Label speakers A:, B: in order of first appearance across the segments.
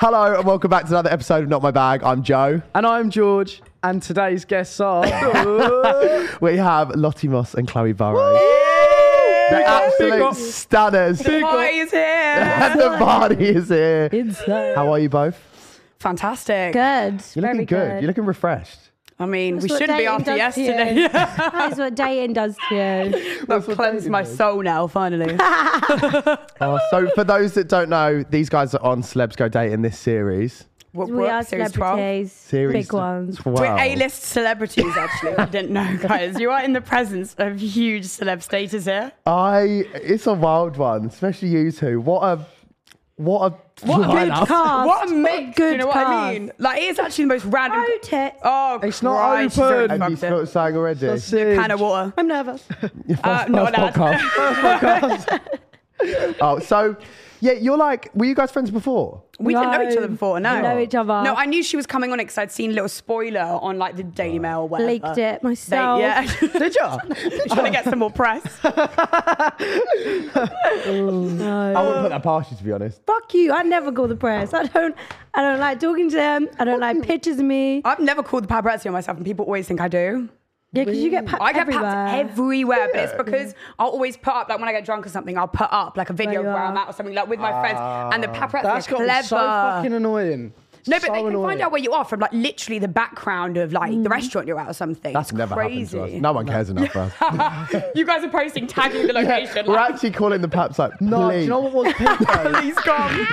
A: Hello and welcome back to another episode of Not My Bag. I'm Joe.
B: And I'm George, and today's guests are the
A: We have Lottie Moss and Chloe Burrows. They're
B: big
A: absolute
B: up.
A: stunners.
B: Big up.
C: Party is here.
A: And the party is here. How are you both?
C: Fantastic.
D: Good.
A: You're
D: Very
A: looking good. You're looking refreshed.
C: I mean,
D: That's
C: we
D: what
C: shouldn't be
D: dating
C: after
D: does to you.
C: yesterday.
D: That is what dating does to you.
C: I've cleansed my soul now, finally.
A: Uh, so, for those that don't know, these guys are on Celebs Go Dating this series.
C: What
D: We are
C: works, series 12.
D: celebrities.
A: Series
D: Big ones.
A: 12.
C: We're A-list celebrities, actually. I didn't know, guys. You are in the presence of huge celeb status here.
B: Oh,
A: I. It's a wild one, especially you two. What a. What a.
C: What a good
A: lineup.
D: cast.
C: What a
D: What
C: mix.
D: good
C: you know what I
D: cast.
C: mean? Like, it's actually the most random.
D: Vote it.
C: Oh,
B: It's not
C: Christ, she's already
B: open.
A: Have you
C: fucked it.
A: got something already?
C: Can of water.
D: I'm nervous.
C: Uh, not allowed.
A: Oh, so yeah, you're like, were you guys friends before?
C: We didn't know
D: No.
C: each other before, no.
D: Didn't
A: Oh.
D: know uh, each other.
C: No, I knew she was coming on it because I'd seen a little spoiler on like the Daily Mail or whatever.
A: Uh,
D: Leaked it
C: They-
D: myself.
C: yeah.
B: Did you?
C: Trying to get some more press.
A: I
B: Uh,
A: wouldn't put that past you, to be honest.
D: Fuck you. I never call the press. I don't. I don't like talking to them. I don't like pictures of me.
C: I've never called the paparazzi on myself, and people always think I do.
D: Yeah, because you get packed
C: I get
D: everywhere.
C: papped everywhere, but it's because I'll always put up, like when I get drunk or something, I'll put up like a video
D: you
C: where I'm
D: are.
C: at or something, like with my friends, and the paparazzi
B: That's
C: are
B: got
C: clever.
B: so fucking annoying.
C: no, but
B: So
C: they can
B: annoying.
C: find out where you are from, like literally the background of like the restaurant you're at or something.
A: That's
C: It's
A: never
C: crazy.
A: happened to us. No one cares enough for us.
C: you guys are posting, tagging the location.
A: We're
C: like,
A: actually calling the paps like,
B: No, do
A: please.
B: you know what was peak? though?
C: Please come.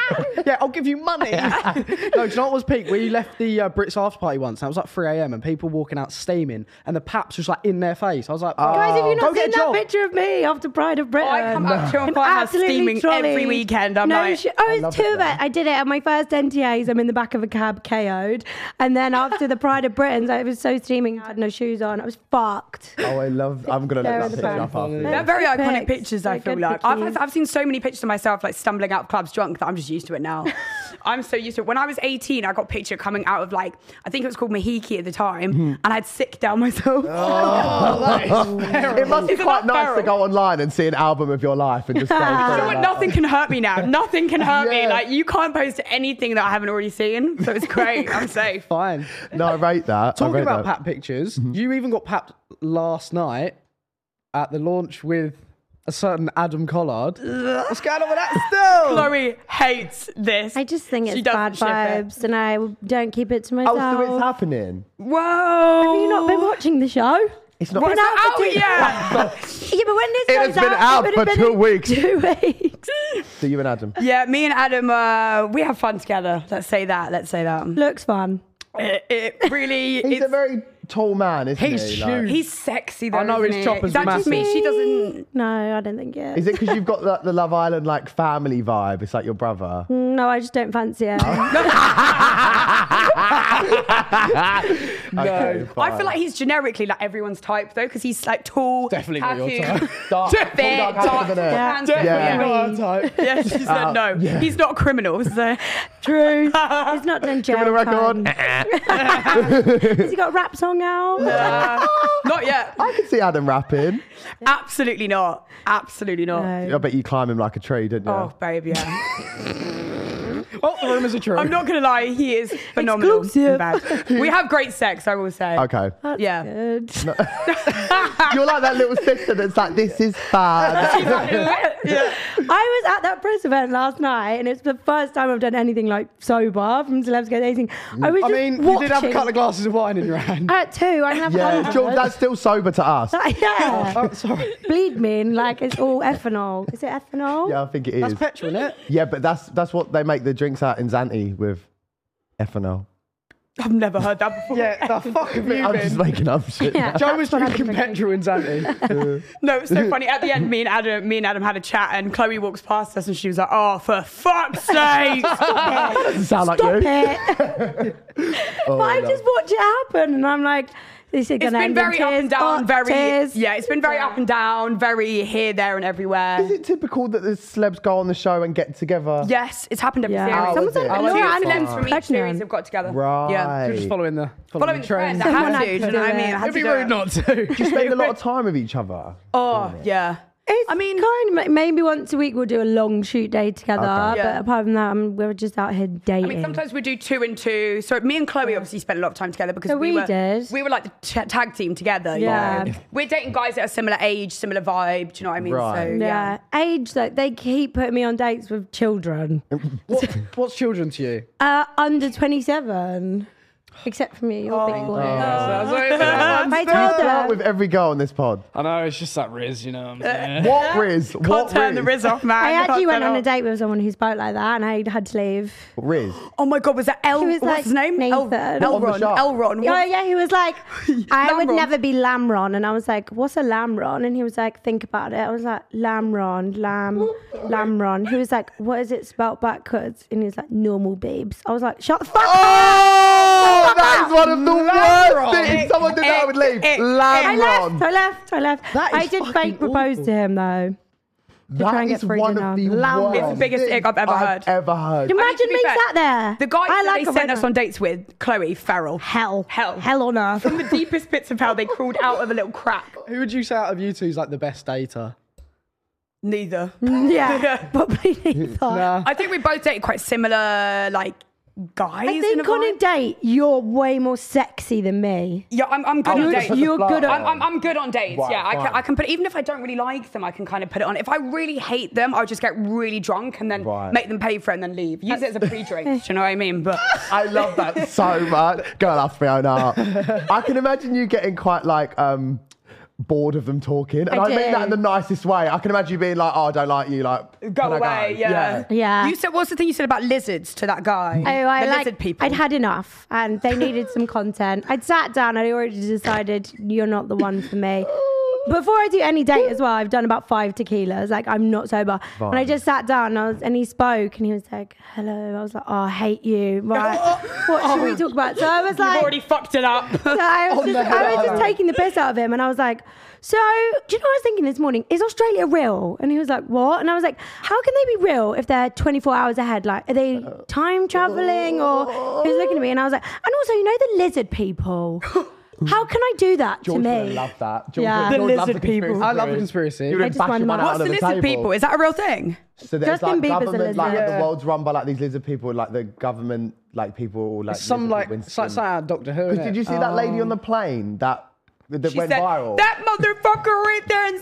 B: yeah, I'll give you money. no, do you know what was peak? We left the uh, Brits after party once, and it was like 3 a.m. and people walking out steaming, and the paps was like in their face. I was like, "Oh,
D: Guys,
A: Oh,
D: have you
B: go
D: not
B: get
D: seen
B: a
D: that
B: job.
D: picture of me after Pride of Britain?
C: I come up to and find her
D: Absolutely
C: steaming
D: trolleyed.
C: every weekend. I'm
D: no,
C: like,
D: sh- oh,
A: love
D: it's
A: it
D: two of
A: though.
D: it. I did it at my first NTAs. I'm in the back of a cab, KO'd, and then after the Pride of Britain, I was so steaming. I had no shoes on. I was fucked.
A: Oh, I love. I'm gonna
D: They're
A: look that
D: in the
A: picture
D: back.
A: up after.
C: They're
A: this.
C: very
D: Good
C: iconic
D: pics.
C: pictures, I
D: They're
C: feel
D: good
C: like. I've,
D: pictures.
C: I've seen so many pictures of myself, like stumbling out of clubs drunk, that I'm just used to it now. I'm so used to it. When I was 18, I got a picture coming out of, like, I think it was called Mahiki at the time,
D: Hmm.
C: and I'd sick down myself.
D: Oh.
A: It must be
C: Is it
A: quite
C: not
A: nice to
C: feral?
A: go online and see an album of your life and just go.
C: You know
A: through
C: what?
A: it.
C: Nothing can hurt me now. Nothing can hurt me.
A: Yeah.
C: Like, you can't post anything that I haven't already seen, so it's great. I'm safe.
D: Oh.
B: Fine.
A: No, I rate that. I
B: Talking
A: rate
B: about
A: that.
B: pap pictures, you even got papped last night at the launch with a certain Adam Collard. What's going on with that still?
C: Chloe hates this.
D: I just think
C: She
D: it's
C: doesn't
D: bad
C: ship it.
D: vibes, and I don't keep it to
A: Oh,
D: myself.
A: so it's happening.
C: Whoa.
D: Have you not been watching the show?
A: It's not.
C: Why
D: Been
C: is Oh, it
D: out for
C: out
D: two-
C: yet?
D: Yeah, but when this
A: It
D: goes
A: has been out
D: it
A: for
D: would have
A: two
D: been
A: weeks.
D: in Two weeks.
A: So you and Adam.
C: Yeah, me and Adam, uh, we have fun together. Let's say that. Let's say that.
D: Looks fun.
C: It, it really.
A: He's
C: it's,
A: a very tall man, isn't
B: He's
A: he?
B: huge.
C: he's sexy though.
B: I know
C: isn't
B: his
C: he?
B: chopper's
C: Is that just me?
B: massive.
C: She doesn't.
D: No, I don't think it.
A: Is it because you've got the, the Love Island like family vibe? It's like your brother.
D: No, I just don't fancy it.
A: Okay, fine.
C: I feel like he's generically like everyone's type though, because he's like tall,
B: Definitely not your
C: tattooed,
B: type.
A: Dark.
C: fit,
A: Dark
C: dark,
A: happened, didn't it?
C: handsome.
A: Yeah.
C: Yeah.
B: Not our type.
C: Yeah, she said no. He's not criminal. So.
D: True. He's not done jail
A: Give me the record.
D: time. Has he got a rap song out?
C: Uh, not yet.
A: I can see Adam rapping.
C: Absolutely not. Absolutely not.
A: I bet you climb him like a tree, didn't you?
C: Oh, babe, yeah.
B: Oh, the rumors are true.
C: I'm not gonna lie, he is phenomenal. in
D: Exclusive.
C: bed. We have great sex, I will say.
A: Okay.
C: Yeah.
D: Good.
A: You're like that little sister that's like, this is bad.
C: She's like, yeah.
D: I was at that press event last night, and it's the first time I've done anything like sober from Celebs Go Dating. I
B: Mm.
D: was
B: I
D: just
B: mean,
D: watching.
B: you did have a couple of glasses of wine in your hand.
D: I had two. I didn't have
A: yeah.
D: one.
A: George, that's still sober to us.
D: yeah.
B: oh, sorry.
D: Bleed mean like it's all ethanol. Is it ethanol?
A: Yeah, I think it
B: That's
A: is.
B: petrol, innit?
A: Yeah, but that's that's what they make the drinks out in Zante with ethanol.
C: I've never heard that before.
B: Yeah, the fuck have you
A: I'm just
B: been?
A: making up shit.
D: Yeah.
B: Joe was
D: That's what I've
B: drinking
D: been
B: petrol in Zante.
C: No, it's so funny. At the end, me and Adam, me and Adam had a chat, and Chloe walks past us, and she was like, "Oh, for fuck's sake!"
A: Doesn't sound like
D: Stop
A: you.
D: it.
A: Oh,
D: but I
A: no.
D: just watch it happen, and I'm like, this is
C: it's
D: going to
C: been
D: end
C: very
D: in
C: up
D: tears.
C: and down,
D: Oh,
C: very
D: tears.
C: yeah, it's been very up and down, very here, there, and everywhere.
A: Is it typical that the celebs go on the show and get together?
C: yes, it's happened every
D: Yeah.
C: series.
D: Oh,
C: Someone's
A: is it?
C: like,
A: Oh,
C: Laura
A: I see.
C: Anderson from each
D: Pregnant.
C: series have got together.
A: Right.
C: Yeah.
B: Just following the following,
C: Following
B: the
C: the
B: train.
C: trend, I had
D: Someone
C: to.
D: had
C: Do you
D: to
C: know what I
D: do
C: mean?
D: it.
C: I had
B: It'd
C: to
B: be
C: do it.
B: rude not to.
A: You spend a lot of time with each other.
C: Oh yeah.
D: It's
C: I mean-
D: kind of maybe once a week we'll do a long shoot day together.
A: Okay.
C: Yeah.
D: But apart from that, I'm, we're just out here dating.
C: I mean, sometimes we do two and two. So me and Chloe obviously spent a lot of time together because
D: So
C: we,
D: we
C: were
D: did.
C: we were like the t- tag team together. you
D: Yeah.
C: know. we're dating guys that are similar age, similar vibe. Do you know what I mean?
A: Right.
C: So yeah.
D: yeah. age though, they keep putting me on dates with children
B: What, what's children to you?
D: uh, under 27, except for me. You're
C: Oh
D: a big boy.
E: That's what it is.
D: Um, I
A: You
D: told
A: start
D: her.
A: with every girl on this pod.
E: I know it's just that Riz, you know. What
B: Uh,
E: I'm saying?
A: What Riz?
C: Can't
A: what
C: turn the
A: Riz?
C: Riz off, man.
D: I actually
C: Can't
D: went
C: turn it
D: on a
C: off.
D: date with someone who spoke like that, and I had to leave.
A: Riz.
C: Oh my god, was that El?
D: He was
C: what's
D: like
C: his name? El-
D: Nathan.
A: On the
C: Elron.
A: shop.
C: Elron.
D: Oh
C: What-
D: yeah, he was like, I would
C: Lamron.
D: never be Lamron, and I was like, what's a Lamron? And he was like, think about it. I was like, Lamron, Lam, Lamron. He was like, what is it spelled backwards? And he was like, normal babes. I was like, shut the fuck
A: Oh, that is one of the
B: Lamron.
A: worst things. If someone did that, I would leave.
C: Eh, eh, eh.
D: I left.
A: Lamron.
D: I left. I left.
B: That is
D: I did
B: fucking
D: fake propose
B: awful.
D: to him though. try
A: That
D: and get
A: is
D: through
A: one
D: dinner.
A: of the
B: Lamron.
A: worst
B: It's the
C: biggest
A: things
C: ick I've ever heard.
A: Ever heard.
D: Imagine
C: I mean, to be
D: me
C: fair,
D: sat there.
C: The guy
D: I
C: that
D: like
C: they
D: a
C: sent us
D: winner.
C: on dates with, Chloe Farrell.
D: hell,
C: Hell.
D: hell on earth.
C: From the deepest bits of hell, they crawled out of a little crack.
B: Who would you say out of you two is like the best dater?
C: Neither.
D: yeah, probably neither.
C: I think we both dated quite similar, like guys.
D: I
C: in
D: think
C: a
D: on a
C: vibe.
D: date you're way more sexy than me.
C: Yeah, I'm, I'm good
A: I'll just
C: on dates.
A: put the
D: You're
A: flag
D: good at-
A: on.
C: I'm, I'm, I'm good on dates.
A: Right,
C: yeah, I
A: fine.
C: can, I can put even if I don't really like them, I can kind of put it on. If I really hate them, I'll just get really drunk and then
A: Right.
C: make them pay for it and then leave. Use it as a pre-drink. do you know what I mean? But
A: I love that so much. Girl, after me own heart. I can imagine you getting quite like um bored of them talking. And I,
D: I
A: mean
D: do.
A: that in the nicest way. I can imagine you being like, oh, I don't like you, like
C: go
A: can I
C: away. Yeah.
D: Yeah.
C: You said what's the thing you said about lizards to that guy?
D: Oh, I
C: the
D: like.
C: lizard people.
D: I'd had enough, and they needed some content. I'd sat down. I'd already decided you're not the one for me. Before I do any date as well, I've done about five tequilas. Like I'm not sober, and I
A: Fine.
D: just sat down. And, I was, and he spoke, and he was like, "Hello." I was like, "Oh, I hate you." Right? what should we talk about? So I was
C: You've
D: like,
C: already fucked it up.
D: so I was,
B: On
D: just,
B: the
D: I was
B: headline.
D: just taking the piss out of him, and I was like, "So, do you know what I was thinking this morning? Is Australia real?" And he was like, "What?" And I was like, "How can they be real if they're 24 hours ahead? Like, are they
A: Uh,
D: time traveling?" Or
A: oh.
D: he was looking at me, and I was like, "And also, you know the lizard people? How can I do that
A: George
D: to
A: would
D: me?"
A: love that. George,
D: Yeah.
A: would-
D: The
A: George loves
B: lizard
A: conspiracy
B: people. I love the
A: theory.
B: conspiracy.
A: You would
D: I just
A: bash
D: want
A: your man
D: that.
A: out
C: What's
A: under
C: the lizard
A: table.
C: people? Is that a real thing?
A: So there's
D: Justin
A: like
D: Bieber's a
A: government, like
D: lizard.
A: the
B: Yeah.
A: world's run by like these lizard people, like the government, like people, like
B: Some
A: lizard
B: like,
A: Winston.
B: it's like something out of Doctor Who.
A: Because
B: innit?
A: did you see that lady on the plane that that
C: Um, She
A: went
C: said,
A: viral?
C: That motherfucker right there is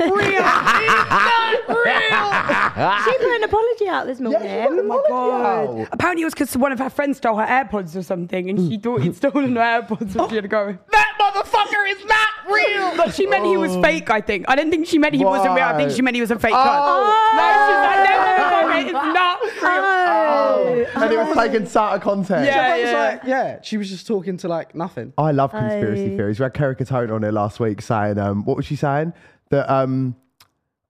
C: real. He's not real.
D: She put an apology out this morning.
A: yeah,
C: "Oh
A: she went viral.
C: Apparently, it was because one of her friends stole her AirPods or something, and she thought
D: Mm.
C: he'd stolen her AirPods, and she had to go. That motherfucker is not real. But she meant he
D: Oh.
C: was fake. I think. I didn't think she meant he wasn't real. I think
A: Right.
C: she meant he was a fake.
A: Oh.
C: cunt.
A: Oh.
C: No, she's like, no, no, no, no, it's not real.
D: Oh.
A: and it was taken out of context.
C: Yeah.
B: But it's like, yeah, she was just talking to like nothing.
A: I love conspiracy
D: I-
A: theories. We had Kerry Katone on here last week saying, um, what was she saying? That, um,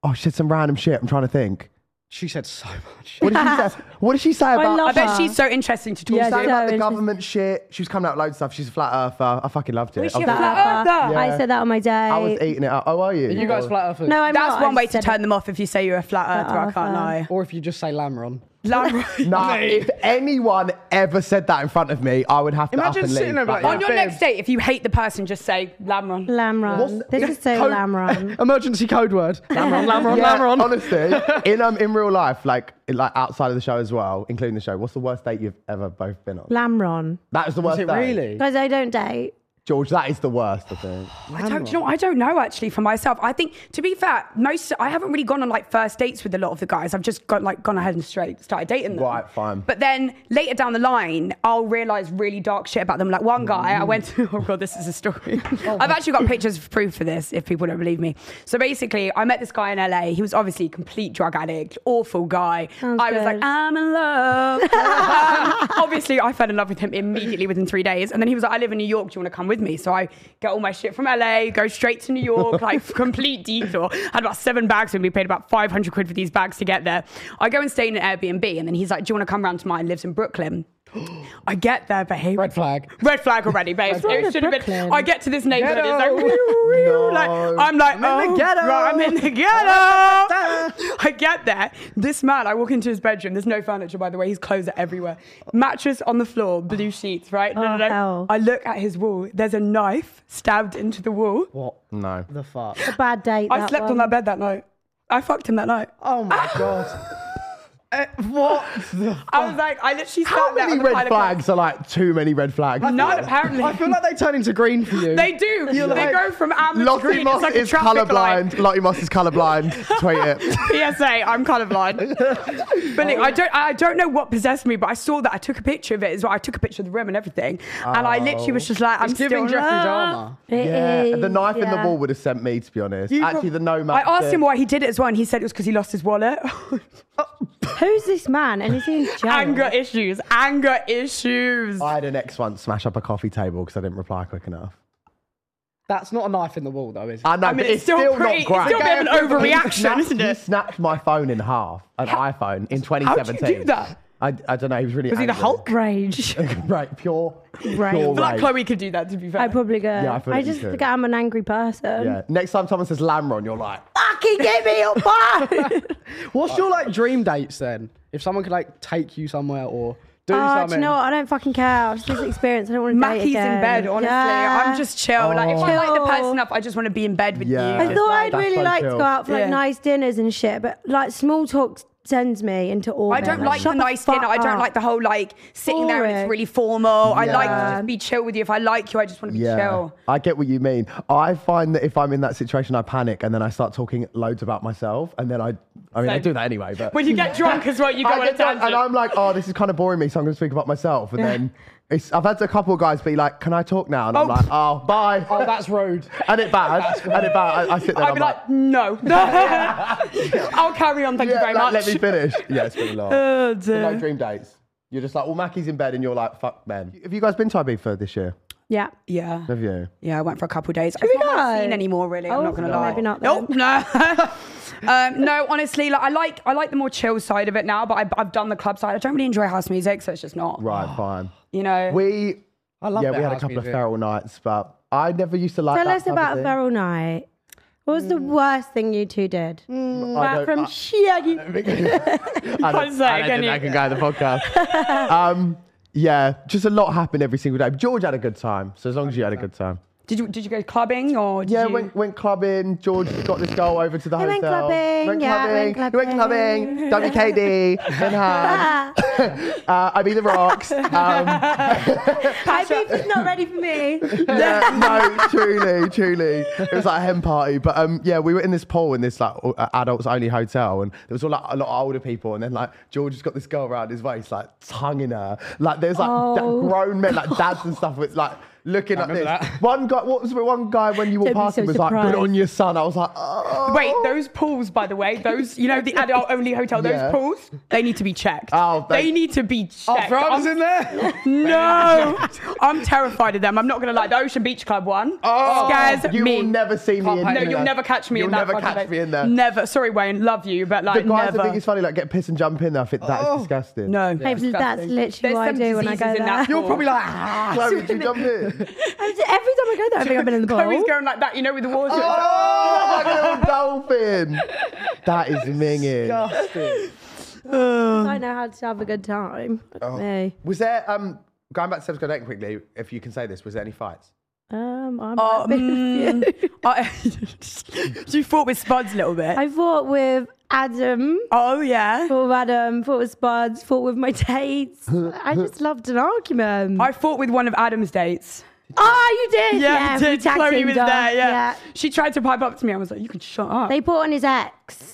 A: oh, she said some random shit. I'm trying to think.
B: She said so much.
A: What did she say? What did she say about?
D: love
C: I bet
D: her.
C: she's so interesting to talk
A: she
D: Yeah,
A: was
C: to.
A: saying
D: so
A: about the
D: interesting.
A: government shit. She was coming out with loads of stuff. She's a flat earther. I fucking loved it.
C: Was she
A: I
C: a
A: was-
C: flat- Yeah.
D: I said that on my date.
A: I was eating it up. Oh, are you?
B: Are you guys flat earthers?
D: no, I'm
C: That's
D: not.
C: one
D: I
C: way
D: just
C: to
D: said
C: turn them off if you say you're a flat earther. I can't lie.
B: Or if you just say Lamron.
C: Lam-
A: Nah,
E: Mate.
A: if anyone ever said that in front of me, I would have to
B: Imagine
A: up and
B: sitting
A: leave.
B: there like,
C: On your
B: Babe.
C: next date, if you hate the person, just say Lamron.
D: Lamron.
A: What's-
D: This is so
B: Code-
D: Lamron.
B: Emergency code word. Lamron, Lamron,
A: Yeah,
B: Lamron.
A: honestly, in um, in real life, like like outside of the show as well, including the show, what's the worst date you've ever both been on?
D: Lamron.
A: That was the worst.
B: Is it
A: day.
B: really?
D: Guys, I don't date.
A: George? That is the worst. I think.
C: I don't, do you know, what? I don't know actually for myself. I think to be fair, most I haven't really gone on like first dates with a lot of the guys. I've just gone like gone ahead and straight started dating them.
A: Right, fine.
C: But then later down the line, I'll realize really dark shit about them. Like one guy, I went to. Oh god, this is a story. I've actually got pictures of proof for this. If people don't believe me, so basically, I met this guy in LA. He was obviously a complete drug addict, awful guy.
D: Sounds
C: I was
D: good.
C: like, I'm in love. Um, obviously, I fell in love with him immediately within three days. And then he was like, I live in New York. Do you want to come with me? So I get all my shit from LA, go straight to New York, like complete detour. Had about seven bags with me, paid about 500 quid for these bags to get there. I go and stay in an Airbnb. And then he's like, Do you want to come round to mine? Lives in Brooklyn. I get their behavior.
E: Red flag.
C: Red flag already, babe.
D: flag.
C: It should have been.
D: Brooklyn.
C: I get to this neighborhood. It's like,
B: Ghetto.
A: No.
C: like, I'm like,
B: I'm in the
C: oh,
B: ghetto.
C: right, I'm in the ghetto. I get there. This man, I walk into his bedroom. There's no furniture, by the way. His clothes are everywhere. Mattress on the floor, blue sheets, right? No, no,
D: Oh,
C: no.
D: hell.
C: I look at his wall. There's a knife stabbed into the wall.
B: What
A: No.
B: the fuck?
D: Bad date.
C: I slept on that bed that night. I fucked him that night.
B: Oh my god. Eh, what the
C: I was like, I literally
A: How
C: sat there.
A: many
C: on the
A: red
C: pile of clothes.
A: flags are like too many red flags?
C: None, apparently.
B: I feel like they turn into green for you.
C: They do. they
B: like-
C: go from amber to
A: Lottie
C: green.
A: Moss
C: It's like a
A: is
C: traffic light.
A: colorblind. Lottie Moss is colorblind. Tweet it.
C: PSA, I'm colorblind. but like, I don't I don't know what possessed me, but I saw that I took a picture of it as well. I took a picture of the room and everything. And I literally was just like, I'm
B: It's giving
C: still
B: Jeffrey
C: alive.
B: Dahmer.
A: Yeah, the knife in the wall would have sent me, to be honest.
B: You
A: Actually,
B: prob-
A: the no
C: I
A: match.
C: asked
A: thing.
C: him why he did it as well, and he said it was because he lost his wallet.
D: Who's this man? And is he in jail?
C: anger issues. Anger issues.
A: I had an ex once smash up a coffee table because I didn't reply quick enough.
B: That's not a knife in the wall though, is it?
A: I know,
C: I mean,
A: but
C: it's
A: it's,
C: still pretty-
A: not
C: it's
A: great.
C: still a bit of an
A: He
C: overreaction,
A: snapped-
C: isn't
A: He
C: it?
A: snapped my phone in half, an iPhone, in 2017.
C: do that?
A: I, I don't know. He was really.
C: Was he the Hulk?
D: Rage.
A: right, pure,
D: Rage.
A: pure
C: I feel like
A: rage.
C: Chloe could do that, to be fair.
D: I probably go.
A: Yeah, I
D: I,
A: feel like you
D: just
A: should.
D: think I'm an angry person.
A: Yeah. Next time someone says Lamron, you're like,
D: Fucking give me your Oh, phone.
B: What's your like dream dates then? If someone could like take you somewhere or do
D: Oh, do
B: something.
D: you know what? I don't fucking care. It's just experience. I don't want to date
C: Mackie's
D: again.
C: in bed, honestly.
D: Yeah.
C: I'm just chill. Like, if I like the
D: Chill.
C: person enough, I just want to be in bed with
A: Yeah.
C: you.
D: I
A: It's
D: thought
A: like-
D: I'd
A: That's
D: really
A: so
D: like to
A: chill.
D: go out for like
C: Yeah.
D: nice dinners and shit, but like small talk sends me into all.
C: I don't like the nice dinner. I don't like the whole like sitting there and
D: Boring.
C: it's really formal. I like to
D: Yeah.
C: just be chill with you. If I like you, I just want to be
A: yeah.
C: chill.
A: I get what you mean. I find that if I'm in that situation, I panic and then I start talking loads about myself, and then I, I mean, I
C: Same.
A: do that anyway. But
C: When you get drunk as well, you go
A: I
C: on a
A: get drunk
C: tangent.
A: and I'm like, oh, this is kind of boring me, so I'm going to speak about myself. And then it's, I've had a couple of guys be like, can I talk now? And I'm
C: Oh.
A: like, oh, bye.
B: Oh, that's rude.
A: and it bad. and it bad. I, I sit there.
C: I'd
A: and
C: be
A: I'm like,
C: like, no. I'll carry on. Thank you
A: yeah,
C: very
A: like,
C: much.
A: let me finish. Yeah, it's been a lot.
C: Oh,
A: But
C: dear.
A: no dream dates. You're just like, well, Mackie's in bed, and you're like, fuck men. Have you guys been to Ibiza this year?
D: Yeah.
C: yeah.
A: Have you?
C: Yeah, I went for a couple of days.
D: we
C: I've not much
D: go?
C: seen anymore, really. I'm
D: Oh,
C: not gonna
D: no.
C: lie.
D: Maybe not
C: Nope. No. um, no, honestly, like I like I like the more chill side of it now, but I, I've done the club side. I don't really enjoy house music, so it's just not.
A: Right, fine.
C: You know.
A: We,
B: I love
A: yeah,
B: that
A: we had a
B: house
A: couple of
B: music.
A: feral nights, but I never used to like
D: Tell
A: that.
D: us
A: type of
D: about
A: thing.
D: Feral Night. What was the worst thing you two did?
C: Mm.
A: I
D: Back
A: don't-
D: from
A: I-
D: Shaggy.
A: I
C: can't
A: don't-
C: say
A: I
C: it,
A: don't
C: can
A: think
C: you?
A: I can go in the podcast. um, yeah, just a lot happened every single day. George had a good time, so as long as you had a good time.
C: Did you did you go clubbing or did
A: Yeah,
C: you...
A: went, went clubbing. George got this girl over to the
D: I
A: hotel.
D: went clubbing, yeah, I went
A: Went clubbing.
D: clubbing.
A: Went clubbing. WKD. Went hard. Uh, I be the rocks. Um,
D: My baby's not ready for me.
A: yeah, no, truly, truly. It was like a hen party. But um, yeah, we were in this pool in this like o- uh, adults only hotel, and there was all like a lot of older people. And then like George has got this girl around his waist, like tonguing her. Like there's like da-
D: Oh.
A: grown men, like dads and stuff, with like. Looking at this,
E: remember that.
A: one guy. What was it? One guy when you were
D: Don't be
A: passing
D: so
A: was like, "Good
D: surprised.
A: on your son." I was like, "Oh."
C: Wait, those pools, by the way, those you know the adult only hotel, those
A: Yeah.
C: pools, they need to be checked.
A: Oh,
C: they,
A: they-
C: need to be checked.
E: Frogs
C: I'm-
E: in there.
C: No, I'm terrified of them. I'm not gonna lie. The Ocean Beach Club one
A: Oh,
C: scares
A: you
C: me.
A: will never see me.
E: Can't
A: in
E: pay-
C: no,
A: there.
C: you'll never catch me
A: You'll
C: in that.
A: never
C: fucking
A: catch
C: place.
A: me in there.
C: Never. Sorry, Wayne. Love you, but
A: The
C: like
A: guys
C: never.
A: that think it's funny, like get pissed and jump in there. I think that is
C: Oh.
A: disgusting.
C: no,
D: Maybe
C: disgusting.
D: that's literally
C: There's
D: what I
C: some
D: do when I
C: diseases
D: go
C: in
D: there.
C: That
D: You're
C: pool.
A: Probably like, ah, Chloe, did you jump in?
D: I was- Every time I go there, I think I've been in the
C: Chloe's
D: pool.
C: going like that, you know, with the water.
A: Oh, like a little dolphin. That is minging.
B: Disgusting.
D: I know how to have a good time.
C: Oh.
D: Hey.
A: Oh. Was there um going back to Seb's Dating quickly? If you can say this, was there any fights?
D: Um, I'm
C: Oh,
D: happy with
C: mm,
D: you.
C: I- you fought with Spuds a little bit.
D: I fought with Adam,
C: oh yeah.
D: fought with Adam, fought with Spuds, fought with my dates. I just loved an argument.
C: I fought with one of Adam's dates.
D: oh, you did?
C: Yeah,
D: we
C: did.
D: tagged
C: Chloe
D: him
C: was
D: down.
C: there. Yeah. she tried to pipe up to me. I was like, "You can shut up."
D: They put on his ex.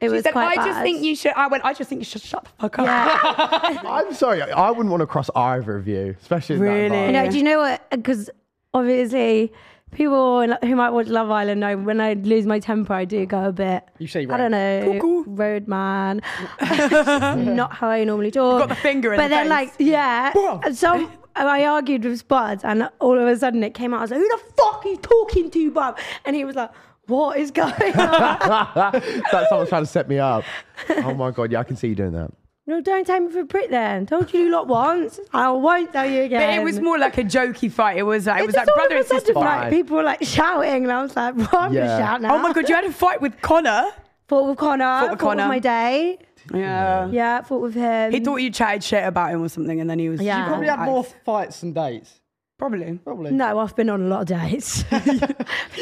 D: It
C: she
D: was
C: said, "I
D: quite
C: just
D: bad.
C: think you should." I went, "I just think you should shut the fuck up."
D: Yeah.
A: I'm sorry, I I wouldn't want to cross either of you, especially in
C: Really?
A: that environment.
D: no, do you know what? Because obviously, people in- who might watch Love Island know when I lose my temper, I do go a bit.
B: You say
D: I don't know,
C: Cuckoo.
D: road man. not how I normally talk.
C: got the finger in
D: But
C: the
D: then,
C: face.
D: like, yeah.
C: Bruh.
D: And So I argued with Spuds, and all of a sudden it came out. I was like, "Who the fuck are you talking to, bub?" And he was like, "What is going on?"
A: That's someone's trying to set me up. Oh my god, yeah, I can see you doing that.
D: No, don't take me for a prick then. Told you lot once. I won't tell you again.
C: But it was more like a jokey fight. It was like it was
D: It's
C: like
D: just all
C: brother
D: of
C: and
D: a sudden,
C: sister fight.
D: Like, people were like shouting, and I was like, well, I'm
A: Yeah.
D: gonna shout now.
C: Oh my god, you had a fight with Connor.
D: Fought with Connor.
C: Fought with
D: Fought with,
C: Connor.
D: my day.
C: Yeah.
D: Yeah, fought with him.
C: He thought you chatted shit about him or something, and then he was.
D: Yeah.
C: You
B: Probably had more fights than dates.
C: Probably.
B: Probably.
D: No, I've been on a lot of dates. been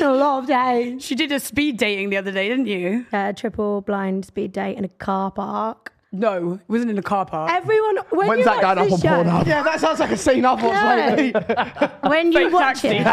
D: on a lot of dates.
C: She did a speed dating the other day, didn't you?
D: Yeah, triple blind speed date in a car park.
C: No, it wasn't in the car park.
D: Everyone, when
A: When's
D: you
A: that
D: watch
A: going up on
D: this show,
A: Pornhub?
B: Yeah, that sounds like a scene I've watched
D: No.
B: lately.
D: When you
C: Fake
D: watch it,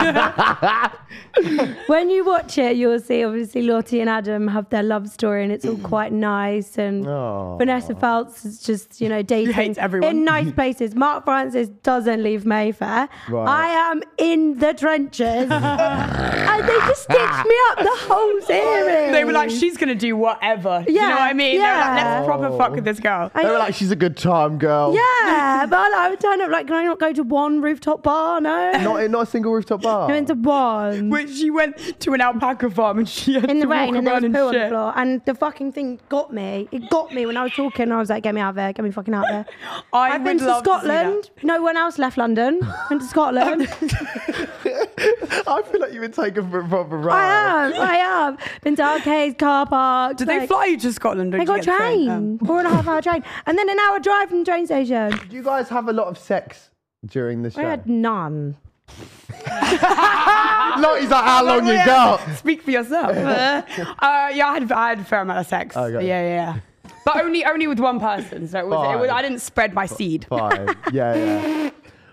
D: when you watch it, you'll see obviously Lottie and Adam have their love story, and it's all quite nice. And
A: Mm. Aw.
D: Vanessa Feltz is just you know dating
C: hates everyone.
D: in nice places. Mark Francis doesn't leave Mayfair.
A: Right.
D: I am in the trenches, and they just stitched me up the whole series.
C: They were like, she's gonna do whatever. Do you know
D: Yeah,
C: what I mean? They were
D: yeah.
C: like, let's proper fuck with this girl.
D: I-
A: They were like, she's a good time girl.
D: yeah, but I would turn up like, can I not go to one rooftop bar? No,
A: Not in not a single rooftop bar.
D: I went to one.
C: Which she went to an alpaca farm and she had
D: in the
C: to
D: rain
C: walk
D: and there was
C: around
D: poo
C: and
D: on the
C: shit.
D: floor and the fucking thing got me it got me when I was talking I was like get me out of there get me fucking out of there
C: I
D: I've been
C: would
D: to
C: love see that.
D: Scotland no one else left London went to Scotland
C: Oh,
A: I feel like you've been taken for a proper ride.
D: I am I am been to arcades car parks
C: Did they
D: like-
C: fly you to Scotland? or
D: I
C: did you
D: got a
C: get the
D: train,
C: Um,
D: four and a half hour train and then an hour drive from the train station
A: Do you guys have a lot of sex during the show?
D: I had none
A: Lottie's like, how long you
C: yeah.
A: got?
C: Speak for yourself. uh, yeah, I had, I had a fair amount of sex.
A: Okay.
C: Yeah, yeah, yeah. But only only with one person. So it was, it was
A: Fine.
C: I didn't spread my seed.
A: Fine. Yeah, yeah.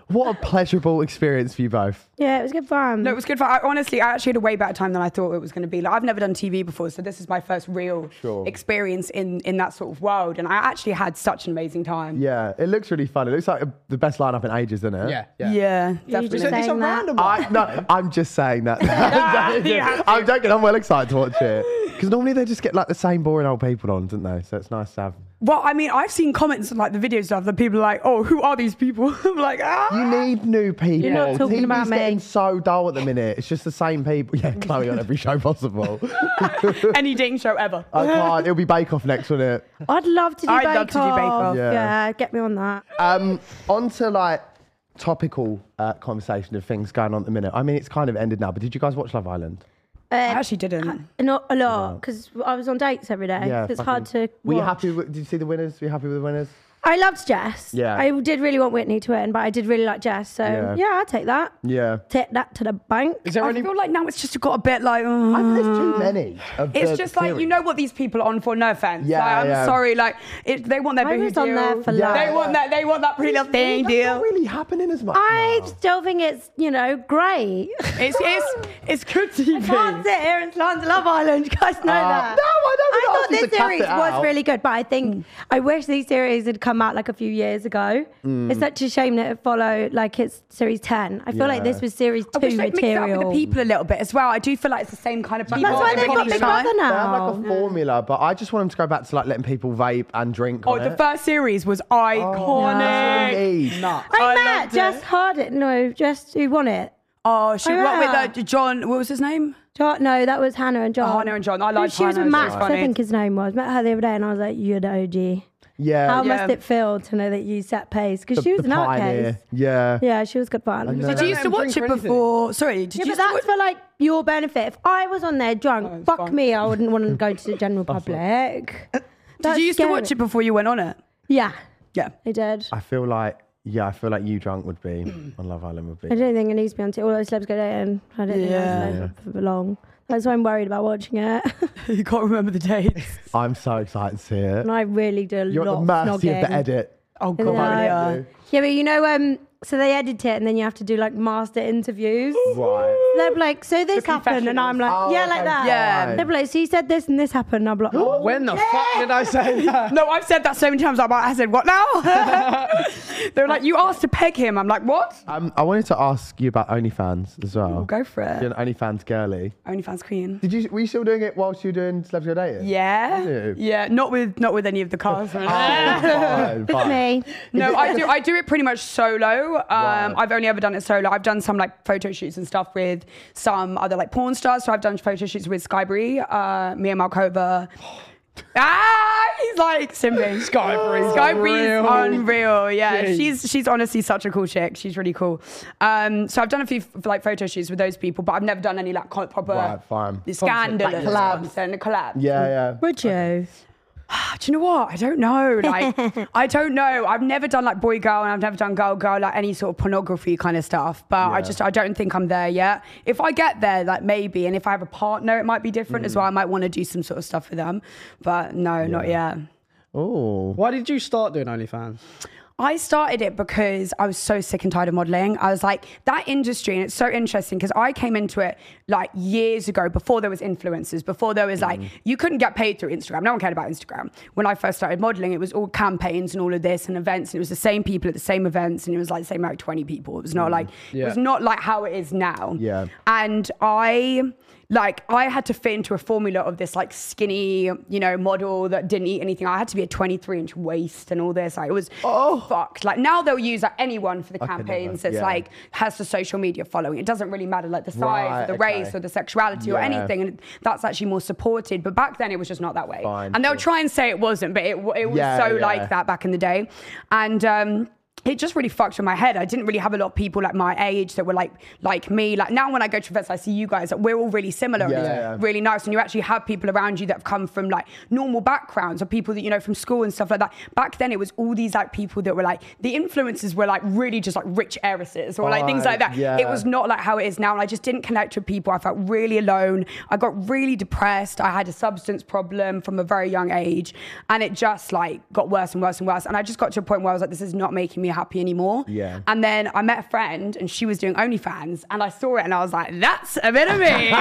A: What a pleasurable experience for you both.
D: yeah it was good fun
C: No, it was good. For, I, honestly, I actually had a way better time than I thought it was going to be. Like I've never done TV before, so this is my first real
A: Sure.
C: experience in in that sort of world, and I actually had such an amazing time.
A: Yeah, it looks really fun. It looks like a, the best lineup in ages, doesn't it?
B: Yeah.
C: yeah,
D: just
C: definitely.
D: saying that.
A: I, no, I'm just saying that.
C: Yeah.
A: I'm joking. I'm well excited to watch it because normally they just get like the same boring old people on, don't they? So it's nice to have.
C: Well, I mean, I've seen comments on like the video stuff that people are like, "Oh, who are these people?" I'm like, ah.
A: You need new people.
D: You're not talking
A: TV's
D: about me.
A: getting so dull at the minute. It's just the same people. Yeah, Chloe on every show possible.
C: any dating show ever.
A: I can't. It'll be Bake Off next, won't it?
D: I'd love to do
C: I'd
D: Bake
C: love to do Bake Off.
A: Yeah.
D: yeah. get me on that
A: Um, on to like topical uh, conversation of things going on at the minute. I mean, it's kind of ended now, but did you guys watch Love Island?
C: I actually didn't.
D: not a lot because I was on dates every
C: Uh,
D: day it's hard to
A: fucking- Were you
D: watch.
A: happy? With, did you see the winners? Were you happy with the winners?
D: I loved Jess.
A: Yeah.
D: I did really want Whitney to win, but I did really like Jess. So
A: Yeah.
D: yeah, I'll take that.
A: Yeah.
D: Take that to the bank.
B: Is there
C: I
B: any?
C: feel like now it's just got a bit like.
A: I
C: uh,
A: think there's too many. Of
C: It's
A: the
C: just like you
A: series.
C: know what these people are on for. No offense.
A: Yeah,
C: like, I'm
A: yeah.
C: sorry. Like it, they want their
D: I
C: boohoo
D: was on
C: deal.
D: there for
A: Yeah.
D: love.
C: They want that. They want that pretty little thing
A: That's not
C: deal.
A: really happening as much.
D: I
A: now.
D: still think it's, you know, great.
C: It's it's it's good
D: I can't
C: TV.
D: sit here and slander Love Island. You guys know that.
A: Uh, no, I don't think I
D: I
A: asked
D: thought
A: you to cut
D: this series
A: it out. Mm.
D: was really good, but I think I wish these series had come out like a few years ago.
A: Mm.
D: It's such a shame that it followed like it's series ten. I feel like
A: Yeah.
D: this was series two
C: I wish they mixed it up with
D: material.
C: the people a little bit as well. I do feel like it's the same kind of people.
D: That's why they've got
C: everybody
D: Big
C: show.
D: Brother
A: They have like
D: now.
A: a formula, but I just want them to go back to like letting people vape and drink.
C: Oh,
A: on
C: the
A: it.
C: first series was
A: Oh,
C: iconic.
A: Indeed.
D: I,
C: I
D: met
C: loved
D: Jess
C: it.
D: Harding. No, Jess who won it.
C: Oh, she
D: I
C: went with
D: met
C: uh, John. What was his name?
D: Jo- no, that was Hannah and John.
C: Oh, Hannah and John. I
D: No,
C: liked
D: She was
C: Hannah,
D: with
C: she was
D: Max, I
C: funny.
D: think his name was. Met her the other day, and I was like, "You're the OG."
C: Oh,
A: Yeah.
D: How
A: yeah.
D: must it feel to know that you set pace? Because she was an outcast.
A: Yeah.
D: Yeah, she was good fun.
A: know.
D: Yeah,
C: Did you used to
B: them
C: watch
B: drink
C: it
B: or anything?
C: before? Sorry, did you
D: but
C: used to
D: that's
C: watch?
D: for like your benefit. If I was on there drunk,
C: Oh, it's
D: fuck
C: fine.
D: me, I wouldn't want to go to the general public.
C: Did you used to watch it before you went on it?
D: Yeah,
C: Yeah.
D: I did.
A: I feel like yeah, I feel like you drunk would be on Love Island would
D: I
A: be.
D: don't think it needs to be on t- All those celebs go dating. I don't
C: Yeah.
D: think I was there for long. That's why I'm worried about watching it.
C: You can't remember the dates.
A: I'm so excited to see it.
D: and I really did a
A: You're at
D: lot
A: the mercy of
D: snogging.
A: the edit.
C: Oh god.
D: Yeah.
C: yeah.
D: Yeah, but you know, um, so they edit it and then you have to do like master interviews.
A: Right.
D: They're like, so this
C: The
D: happened, and I'm like,
A: confessionals.
D: yeah,
A: Oh,
D: like
A: okay,
D: that.
C: Yeah.
A: fine.
D: They're like, so you said this and this happened. And I'm like, oh.
B: When the fuck did I say that?
C: No, I've said that so many times. I'm like, I said, what now? they were like, you asked to peg him. I'm like, what?
A: Um, I wanted to ask you about OnlyFans as well.
C: Well, go for
A: You're
C: it.
A: an OnlyFans girly.
C: OnlyFans Queen.
A: Did you? Were you still doing it whilst you were doing Celebs Go Dating?
C: Yeah.
A: Ew.
C: Yeah. Not with not with any of the cars.
A: Oh, Fine,
D: Look at
A: fine.
D: me.
C: no, I do I do it pretty much solo. Um,
A: Right.
C: I've only ever done it solo. I've done some like photo shoots and stuff with some other like porn stars. So I've done photo shoots with Skybree, uh, Mia Malkova. Ah, he's like Simbi.
B: Sky Bree's
C: Sky Bree's
B: unreal.
C: unreal. Yeah,
B: Jeez.
C: she's she's honestly such a cool chick. She's really cool. Um, so I've done a few like photo shoots with those people, but I've never done any like co- proper
A: Right, fine.
C: scandalous
A: Like collabs.
C: ones and collabs.
A: Yeah, yeah.
D: Would you?
C: "Ah, Do you know what? I don't know. Like, I don't know. I've never done like boy girl and I've never done girl girl, like any sort of pornography kind of stuff. But I
A: Yeah.
C: just, I don't think I'm there yet. If I get there, like maybe. And if I have a partner, it might be different as well. I might want to do some sort of stuff with them. But no, not yet.
A: Oh,
B: Why did you start doing OnlyFans?
C: I started it because I was so sick and tired of modeling. I was like, that industry, and it's so interesting because I came into it like years ago before there was influencers, before there was like, you couldn't get paid through Instagram. No one cared about Instagram. When I first started modeling, it was all campaigns and all of this and events, and it was the same people at the same events, and it was like the same like 20 people. It was not like, it
B: Yeah.
C: was not like how it is now.
A: Yeah.
C: And I like I had to fit into a formula of this like skinny, you know, model that didn't eat anything. I had to be a 23 inch waist and all this. Like it was fucked. Like now they'll use like anyone for the
A: Oh. I could
C: campaigns.
A: never,
C: It's
A: yeah.
C: like has the social media following. It doesn't really matter like the size,
A: Right,
C: or the
A: okay.
C: race, or the sexuality or
A: Yeah.
C: anything. And that's actually more supported. But back then it was just not that way.
A: Fine,
C: and they'll
A: cool.
C: try and say it wasn't, but it w- it was
A: Yeah,
C: so
A: yeah.
C: like that back in the day. And um it just really fucked with my head. I didn't really have a lot of people like my age that were like like me. Like now when I go to events, I see you guys, like we're all really similar. and it's
A: Yeah.
C: Really nice. And you actually have people around you that have come from like normal backgrounds or people that you know from school and stuff like that. Back then it was all these like people that were like the influencers were like really just like rich heiresses or like things like that.
A: Right, yeah.
C: It was not like how it is now. And I just didn't connect with people. I felt really alone. I got really depressed. I had a substance problem from a very young age. And it just like got worse and worse and worse. And I just got to a point where I was like, this is not making me happy anymore.
A: Yeah.
C: And then I met a friend and she was doing OnlyFans and I saw it and I was like, that's a bit of me.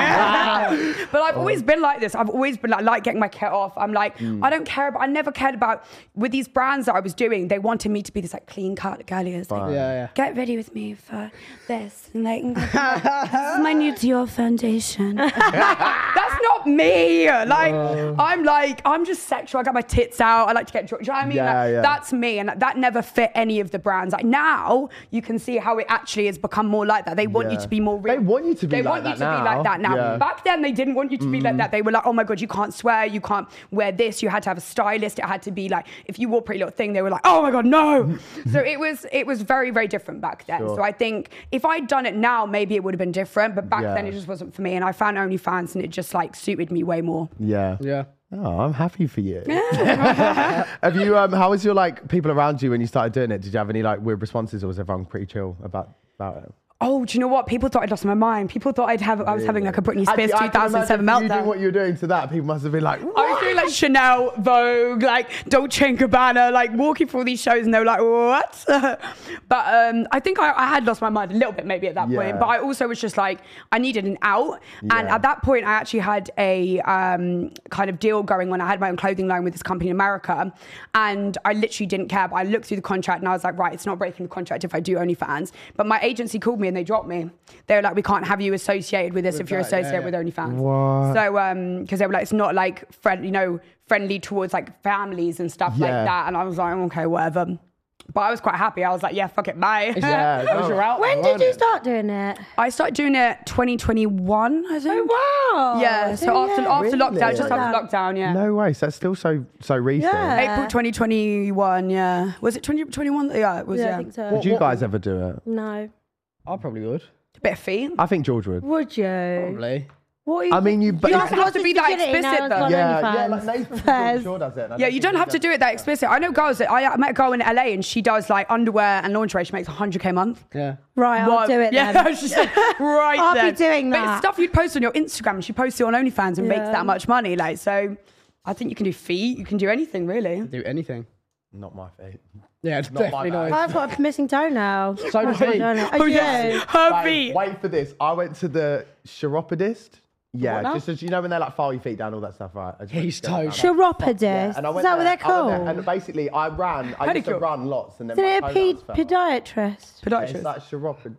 C: but I've always been like this. I've always been like, like getting my kit off. I'm like, I don't care about, I never cared about, with these brands that I was doing, they wanted me to be this like clean cut girly. It's like,
A: Fine.
B: Yeah,
C: get ready with me for this. And like, this is my new Dior foundation. That's not me. Like,
A: Uh.
C: I'm like, I'm just sexual. I got my tits out. I like to get drunk. Do you know what I mean?
A: Yeah,
C: Like,
A: yeah.
C: That's me. And that never fit any of the brands. Like now, you can see how it actually has become more like that. They want you
A: Yeah.
C: to be more real.
A: They want you to be
C: They
A: like
C: want you
A: that
C: to be like
A: now.
C: that now.
A: Yeah. Mm.
C: Back then, they didn't want you to be like that. They were like, oh my God, you can't swear. You can't wear this. You had to have a stylist. It had to be like, if you wore Pretty Little Thing, they were like, oh my God, no. so it was, it was very, very different back then.
A: Sure.
C: So I think if I'd done it now, maybe it would have been different. But back
A: Yeah.
C: then, it just wasn't for me. And I found OnlyFans and it just like suited me way more.
A: yeah,
B: yeah.
A: Oh, I'm happy for you. have you? Um, how was your like people around you when you started doing it? Did you have any like weird responses, or was everyone pretty chill about about it?
C: Oh, do you know what? People thought I'd lost my mind. People thought I'd have, I was having like a Britney Spears
A: Actually, I can
C: 2007
A: imagine
C: meltdown.
A: You doing what you were doing to that, people must have been like,
C: I was doing like Chanel, Vogue, like Dolce and Gabbana, like walking through all these shows, and they were like, "What?" but um, I think I, I had lost my mind a little bit maybe at that
A: Yeah.
C: point. But I also was just like, I needed an out, and
A: Yeah.
C: at that point, I actually had a um, kind of deal going on. I had my own clothing line with this company in America, and I literally didn't care. But I looked through the contract, and I was like, "Right, it's not breaking the contract if I do OnlyFans." But my agency called me, and they dropped me. They were like, "We can't have you associated with this if you're
B: that, yeah,
C: associated
B: yeah.
C: with OnlyFans."
A: eh, What?
C: So um, because they were like, it's not like friend, you know, friendly towards like families and stuff
A: Yeah.
C: like that. And I was like, "Oh, okay, whatever. But I was quite happy. I was like, yeah, fuck it, bye.
A: Yeah,
B: That was
A: no.
B: your outlet,
D: When did
B: wasn't
D: you
B: it?
D: start doing it?
C: I started doing it 2021, I think.
D: Oh, wow.
C: Yeah. So after after
A: Really?
C: lockdown, just after
D: Lockdown.
C: lockdown, yeah.
A: no way. So that's still so so recent.
D: Yeah.
C: April 2021, yeah. Was it 2021? Yeah, it was.
D: Yeah,
C: Yeah,
D: I think so.
A: Would you guys ever do it?
D: No.
B: I probably would.
C: bit of feet.
A: I think George would.
D: Would you?
B: Probably.
D: What are you
A: I mean, you. But
D: You
A: if-
D: asked
C: have
D: lots
C: to
D: of
C: be that
D: stupidity, now
C: explicit,
D: it's
C: though.
D: gone
A: yeah,
D: OnlyFans.
A: yeah, like Nathan
D: Fairs.
A: sure does it. and I don't
C: Yeah, you
A: think
C: don't
A: he
C: have to
A: does.
C: do it that explicit. I know girls that I met a girl in LA and she does like underwear and lingerie. She makes 100k a month.
B: Yeah.
D: Right, I'll
C: Well,
D: do it
C: yeah,
D: then.
C: she said, right
D: I'll be
C: then.
D: doing
C: But
D: that.
C: it's stuff you'd post on your Instagram, and she posts it on OnlyFans and makes
D: Yeah.
C: that much money. Like, so I think you can do feet, you can do anything really.
B: Do anything.
A: Not my feet.
B: Yeah,
A: my
B: definitely
A: bag.
B: not.
D: I've got a missing toenail.
B: So does he.
D: Oh, yeah.
C: her
A: Wait,
C: feet.
A: wait for this. I went to the chiropodist.
B: What
A: Yeah,
B: now?
A: just as you know when they like file your feet down, all that stuff, right? I just went
B: He's
A: to go down
B: toast.
A: that.
D: Chiropodist. Is
A: And
D: that
A: I went there,
D: what they're
A: I went
D: called?
A: there, And basically, I ran. I used to
C: Pedicure.
A: run lots, and then
D: Is it
A: my
D: a
A: toenails
D: pe-
A: fell off.
D: podiatrist?
A: It's
C: Productions.
A: like chiropod.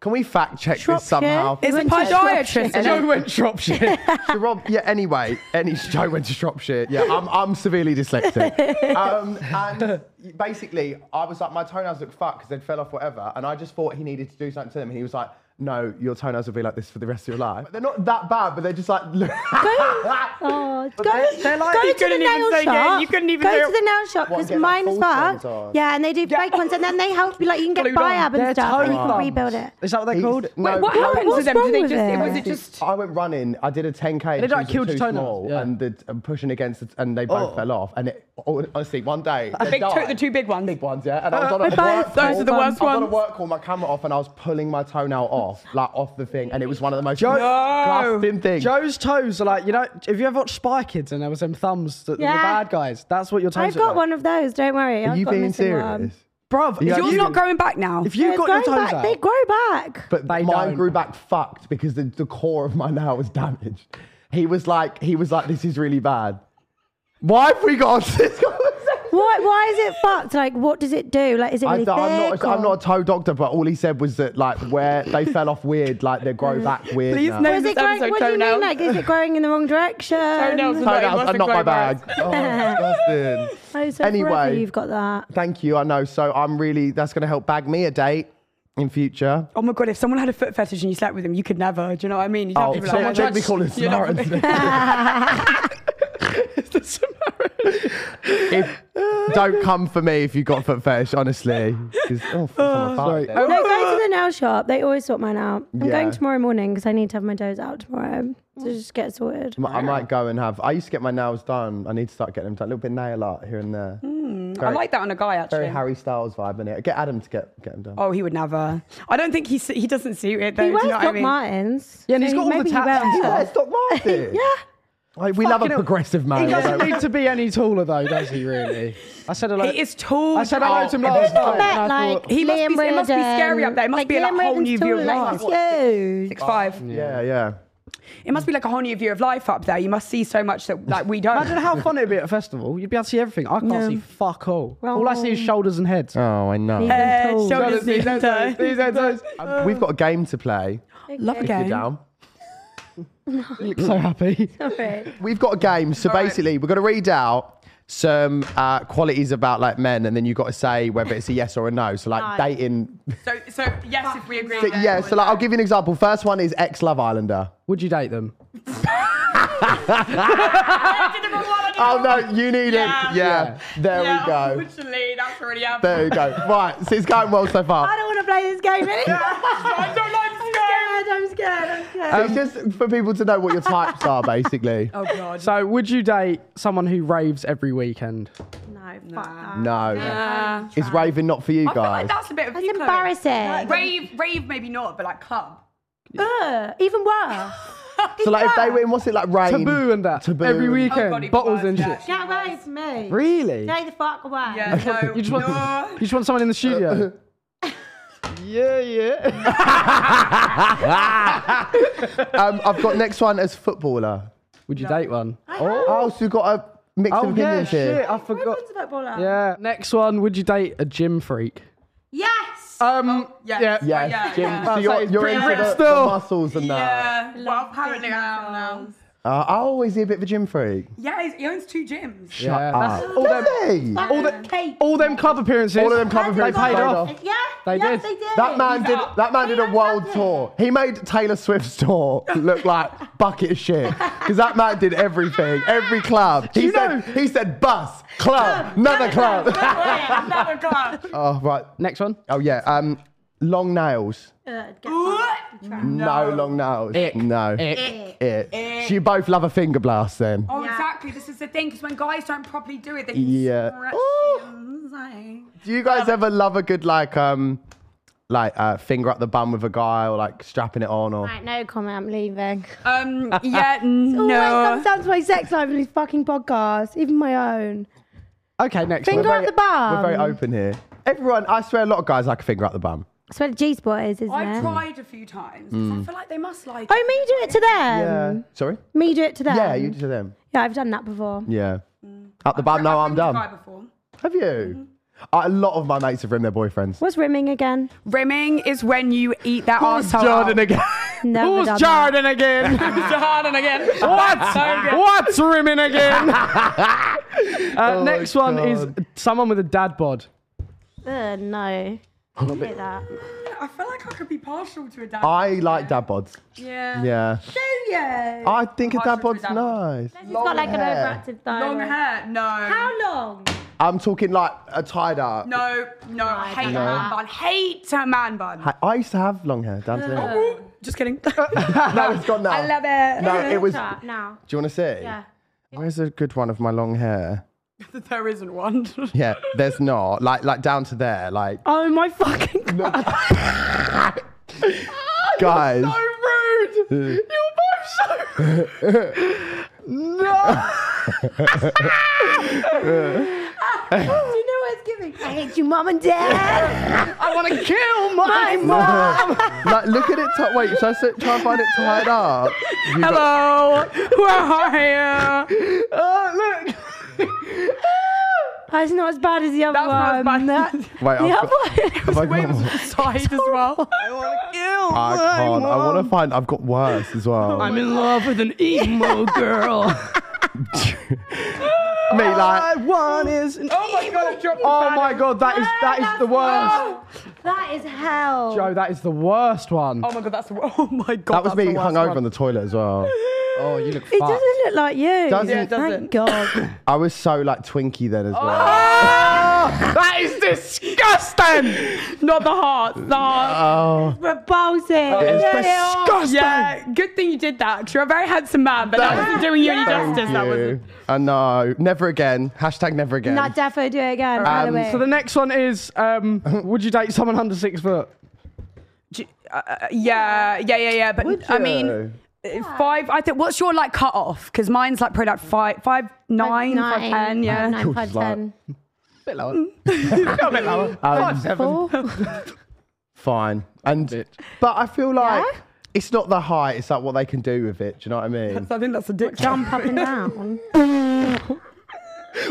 A: Can we fact check
D: Shropshire?
A: this somehow?
C: It's a
D: went to
C: podiatrist.
D: Shropshire.
B: Joe went drop shit.
A: Chirob- yeah. Anyway, any Joe went to Shropshire. Yeah, I'm, I'm severely dyslexic. um, and basically, I was like, my toenails look fucked because they fell off whatever, and I just thought he needed to do something to them. And he was like, no, your toenails will be like this for the rest of your life. But they're not that bad, but they're just like, look.
D: Oh, go,
A: they-
D: go
C: like- You
D: to the
C: couldn't even
D: nail
C: say
D: shop.
C: yeah, you couldn't even
D: go
C: do
D: to
C: it.
D: the nail shop
A: What,
D: because
A: get, like,
D: mine is
A: false
D: that.
A: ones on?
D: Yeah, and they do fake ones, and then they help you like you can get
B: Glued on.
D: biab and
B: They're
D: stuff, and you
B: toe
D: can rebuild it.
B: thumbs. Is that what they're called?
A: no,
C: Wait, what
A: no,
C: happened to
D: what's
C: them? Did they
D: wrong
C: just?
D: with
C: It? Was
D: it?
C: it just?
A: I went running. I did a 10k.
B: They,
A: And shoes
B: like,
A: were
B: killed
A: too
B: your toenails,
A: small,
B: yeah.
A: and the and pushing against it, and they both
B: Oh.
A: fell off. And it, oh, honestly, one day they
C: big-
A: died.
C: the two big ones.
A: big ones, yeah. And I was on a
D: They're
A: work
D: both-
A: call.
C: Uh, those are the worst
A: I was on a
C: ones.
A: work call, my camera off, and I was pulling my toenail off, like off the thing, and it was one of the most
B: Joe-
C: No.
A: disgusting things.
B: Joe's toes are like you know. Have you ever watched Spy Kids and there was them thumbs that
D: Yeah.
B: the bad guys? That's what your toes.
D: I've
B: look
D: got
B: like.
D: one of those. Don't worry.
A: Are
D: I've
A: you
D: got a
A: being
D: missing One.
A: serious?
B: Bruv,
A: Yeah,
B: if
C: Yours
A: you-
C: not going back now.
B: If you
D: They're
B: got your
D: growing
B: toes
D: back,
B: out,
D: they grow back.
A: But
B: They
A: mine
B: don't.
A: grew back fucked because the, the core of my nail was damaged. He was like, he was like, this is really bad. Why have we got on this conversation?
D: Why? Why is it fucked? Like, what does it do? Like, is it
A: I
D: really
A: don't- I'm,
D: thick
A: not, I'm
D: or-
A: not a toe doctor, but all he said was that like where they fell off weird, like they grow back weird.
C: Mm. Please
A: now.
C: no.
D: Or is
C: This
D: it growing?
C: episode
D: What do you mean?
C: toenails.
D: Like, is it growing in the wrong direction?
C: Toenails is- It
A: Toenails
C: must
A: are
C: be
A: not my
C: growing
A: bag.
C: back.
A: Oh, disgusting.
D: Oh, so
A: Anyway.
D: forever you've got that.
A: Thank you. I know. So I'm really that's going to help bag me a date in future.
C: oh my god, if someone had a foot fetish and you slept with him, you could never. Do you know what I mean? You'd have
A: Oh,
C: to be
A: someone
C: like,
A: should be calling
C: you're not-
A: Samaritans. if, don't come for me if you got foot fetish, honestly. 'Cause- Oh, fuck, I'm a fart then.
D: No, go to the nail shop. They always sort mine out. I'm
A: Yeah.
D: going tomorrow morning because I need to have my toes out tomorrow. So
C: Mm.
D: just get it sorted.
A: I might- I might go and have. I used to get my nails done. I need to start getting them done. A little bit nail art here and there.
C: I like that on a guy actually.
A: Very Harry Styles vibe in it. Get Adam to get get them done.
C: Oh, he would never. I don't think he s- he doesn't suit it though.
D: He
C: do
D: wears
C: you know
D: Doc
C: what I mean?
D: Martens.
B: Yeah, and he's
D: so
B: got all the
D: maybe he
B: tats
D: wears
B: and
D: them.
A: Yeah, it's Doc Martin.
D: Yeah.
A: Like, we love a
B: Fucking hell.
A: progressive
B: He
A: man.
B: doesn't
A: don't we?
B: need to be any taller though, does he? Really? I said hello.
C: He is tall.
B: I said hello
C: Oh,
B: to him
C: if
B: last
D: He's not
B: night.
D: met,
B: and I
D: like,
B: thought-
C: He must
D: Liam
C: be- it must be
D: Reardon.
C: scary up there. It must
D: Like,
C: be, like,
D: Liam
C: a whole
D: Reardon's
C: new view of
D: tall,
C: life.
D: Like, it's you.
C: Six five.
A: Yeah, yeah.
C: It must be like a whole new view of life up there. You must see so much that like we don't.
B: Imagine how fun it'd be at a festival. You'd be able to see everything. I can't see fuck all. All I see is
D: Wrong.
B: shoulders and heads.
A: Oh, I know.
C: Head,
D: tall.
C: Uh, shoulders, knees, and toes.
A: Um, We've got a game to play.
C: Love a
A: If you're
C: game.
A: down.
B: You look so happy.
D: Sorry.
A: We've got a game. So basically, we're going to read out some uh, qualities about like men, and then you've got to say whether it's a yes or a no. So like
D: Nice.
A: dating.
C: So, so yes, if we agree.
A: So,
C: there,
A: yeah.
C: or
A: So like,
C: no.
A: I'll give you an example. First one is ex Love Islander.
B: Would you date them?
C: I did the wrong one, I did the
A: Oh
C: wrong
A: no,
C: one.
A: you need
C: Yeah.
A: it. Yeah. There
C: Yeah,
A: we go.
C: Unfortunately, that's already happened.
A: There we go. Right. So it's going well so far.
D: I don't want to play this game anymore.
C: I don't like this game.
D: I'm scared. I'm scared.
C: Um,
A: So it's just for people to know what your types are, basically.
C: Oh god.
B: So, would you date someone who raves every weekend?
D: No, fuck that.
A: No.
D: Nah.
A: Is raving not for you
C: I feel
A: guys?
C: like that's a bit of
D: That's
C: you, Chloe.
D: embarrassing.
C: Like, rave, rave, maybe not, but like club.
D: Ugh, even worse.
A: so like, if they win, what's it like? Rain.
B: Taboo and that.
A: Taboo.
B: Every
C: Oh, God,
B: weekend.
C: he
B: bottles and
C: was, yeah.
B: shit.
D: Get away from me.
B: Really?
D: Stay the fuck away.
C: Yeah, no,
B: You just want,
C: no.
B: you just want someone in the studio. yeah, yeah.
A: Um, I've got next one as footballer.
B: Would you date one?
A: Oh, so you've got a mix of
B: Oh, yeah,
A: opinions here.
B: shit. I forgot.
D: Everyone's a footballer.
B: Yeah. Next one. Would you date a gym freak?
D: Yes.
B: Um.
C: yes.
B: Yeah.
C: Yeah.
A: Yes, Jim.
C: yeah.
A: So
B: That's
A: you're,
B: like
A: you're
B: pretty
A: into
B: ripped
A: the, the
B: still.
A: muscles and that.
C: Yeah. Well, apparently I am now.
A: Uh, oh, is he a bit of a gym freak?
C: Yeah, he's, he owns two gyms.
A: Shut
B: Yeah,
A: up.
B: that's- all them-
A: Does he?
D: Fuck
B: all the-
D: cake.
B: All them club appearances.
A: All of them club
D: That's
A: appearances
B: They paid
A: paid
B: off.
A: off.
D: Yeah.
B: They did.
D: yes, They did.
A: That man did.
C: up.
A: That man
D: He
A: did a
D: knows
A: world
D: nothing.
A: tour. He made Taylor Swift's tour look like bucket of shit because that man did everything, every club. He
B: you
A: said,
B: know-
A: he said bus, club, another club.
C: Another club.
A: oh right.
B: Next one.
A: Oh yeah. Um, long nails.
D: Uh, get
C: What?
A: No, long nails. No.
B: Ick.
A: Ick. So you both love a finger blast then.
C: Oh,
D: Yeah.
C: exactly. This is the thing because when guys don't properly do it, they
A: Yeah.
C: yeah. stretch
A: Ooh.
C: them, like-
A: Do you
C: Um,
A: guys ever love a good like um like uh finger up the bum with a guy or like strapping it on or
D: Right, no comment. I'm leaving.
C: Um. Yeah.
D: Always comes
C: no.
D: down to my sex life and these fucking podcasts, even my own.
B: Okay. Next
D: Finger
B: one.
D: up the bum.
A: We're very open here. Everyone, I swear a lot of guys like a finger up the bum.
D: That's where the G spot is, isn't
C: I've
D: it?
C: tried a few times. 'cause I feel like they must like.
D: Oh, me do it to
C: Um,
D: them.
A: Sorry?
D: Me do it to them.
A: yeah, you do to them.
D: Yeah, I've done that before.
A: Yeah.
C: Mm.
A: Up the bum, no, I'm
C: I've been with a
A: done.
C: guy before.
A: Have you?
C: Mm-hmm.
A: Uh, a lot of my mates have rimmed their boyfriends.
D: What's rimming again?
C: Rimming is when you eat that arsehole.
A: Jordan again.
D: Never done
B: Who's
D: that.
B: Jordan again?
C: Jordan again.
B: What's
C: So good.
B: what's rimming again? uh,
A: Oh my
B: next one is
A: God.
B: someone with a dad bod.
D: Uh, no. Look at that.
C: I feel like I could be partial to a dad.
A: I like dad bods.
C: Yeah.
A: Yeah.
D: Do you?
A: I think a dad
C: Partial to
A: bod's
C: dad bod.
A: nice.
D: He's got like an overactive thyroid.
C: Long hair? No.
D: How long?
A: I'm talking like a tie dye.
C: No, no, I hate a man bun. Hate a man bun.
A: I, I used to have long hair. Dad's hair.
C: Just kidding.
A: no, it's gone now.
C: I love it.
A: No, it was. Do
D: Start now.
A: you want to see?
D: Yeah.
A: Where's a good one of my long hair?
C: There isn't one.
A: Yeah, there's not. Like, like down to there. Like,
D: Oh my fucking god.
A: guys.
C: rude. You're both so
D: Do you know what it's giving? I hate you, mum and dad.
B: I want to kill my mom.
A: like, look at it. T- wait, should I sit, try and find it tied up? You got-
C: Hello. Where are you?
B: Uh, look.
D: That's not as bad as the other
C: That's not as
D: one.
C: bad.
A: Wait,
D: The
A: I've got,
D: other one.
A: have I got
C: Wait, it
A: more?
C: was side as well. I want to kill.
A: I can't. I want to find. I've got worse as well.
E: I'm in love with an emo girl.
A: Me like.
B: one is.
C: Oh my god, drop
B: Oh my god, that is that is the worst.
D: That is hell.
B: Joe, that is the worst one.
C: Oh my god, that's the wor- oh my god.
A: That was
C: that's
A: me
C: the worst
A: hung over
C: one.
A: on the toilet as well.
B: Oh, you look
D: it doesn't look like you.
A: Doesn't- Yeah, it
C: doesn't.
D: Thank God.
A: I was so like Twinkie then as
C: Oh,
A: well.
C: Ah, that is disgusting. Not the heart. The heart.
A: Oh,
D: Repulsive.
A: it's
D: Yeah, they are.
A: disgusting.
C: Yeah, good thing you did that. 'cause You're a very handsome man, but that
A: Thank-
C: wasn't doing you any
A: Thank
C: justice. That wasn't.
A: you. I know. Never again. Hashtag never again.
D: Not defo do it again. by the
A: Um,
D: way.
B: So the next one is, um, would you date someone under six foot?
C: J- uh, uh, yeah, yeah, yeah, yeah. But
A: Would
C: I mean,
A: you?
C: uh, five. I think. What's your like cut off? Because mine's like probably like five, five, nine, five, ten. yeah.
D: Nine,
A: Cool,
D: five,
A: like-
D: ten.
A: Um,
B: Seven.
A: fine. And but I feel like
D: Yeah?
A: it's not the height. It's like what they can do with it. Do you know what I mean?
C: I think that's a dick.
D: Jump up and down.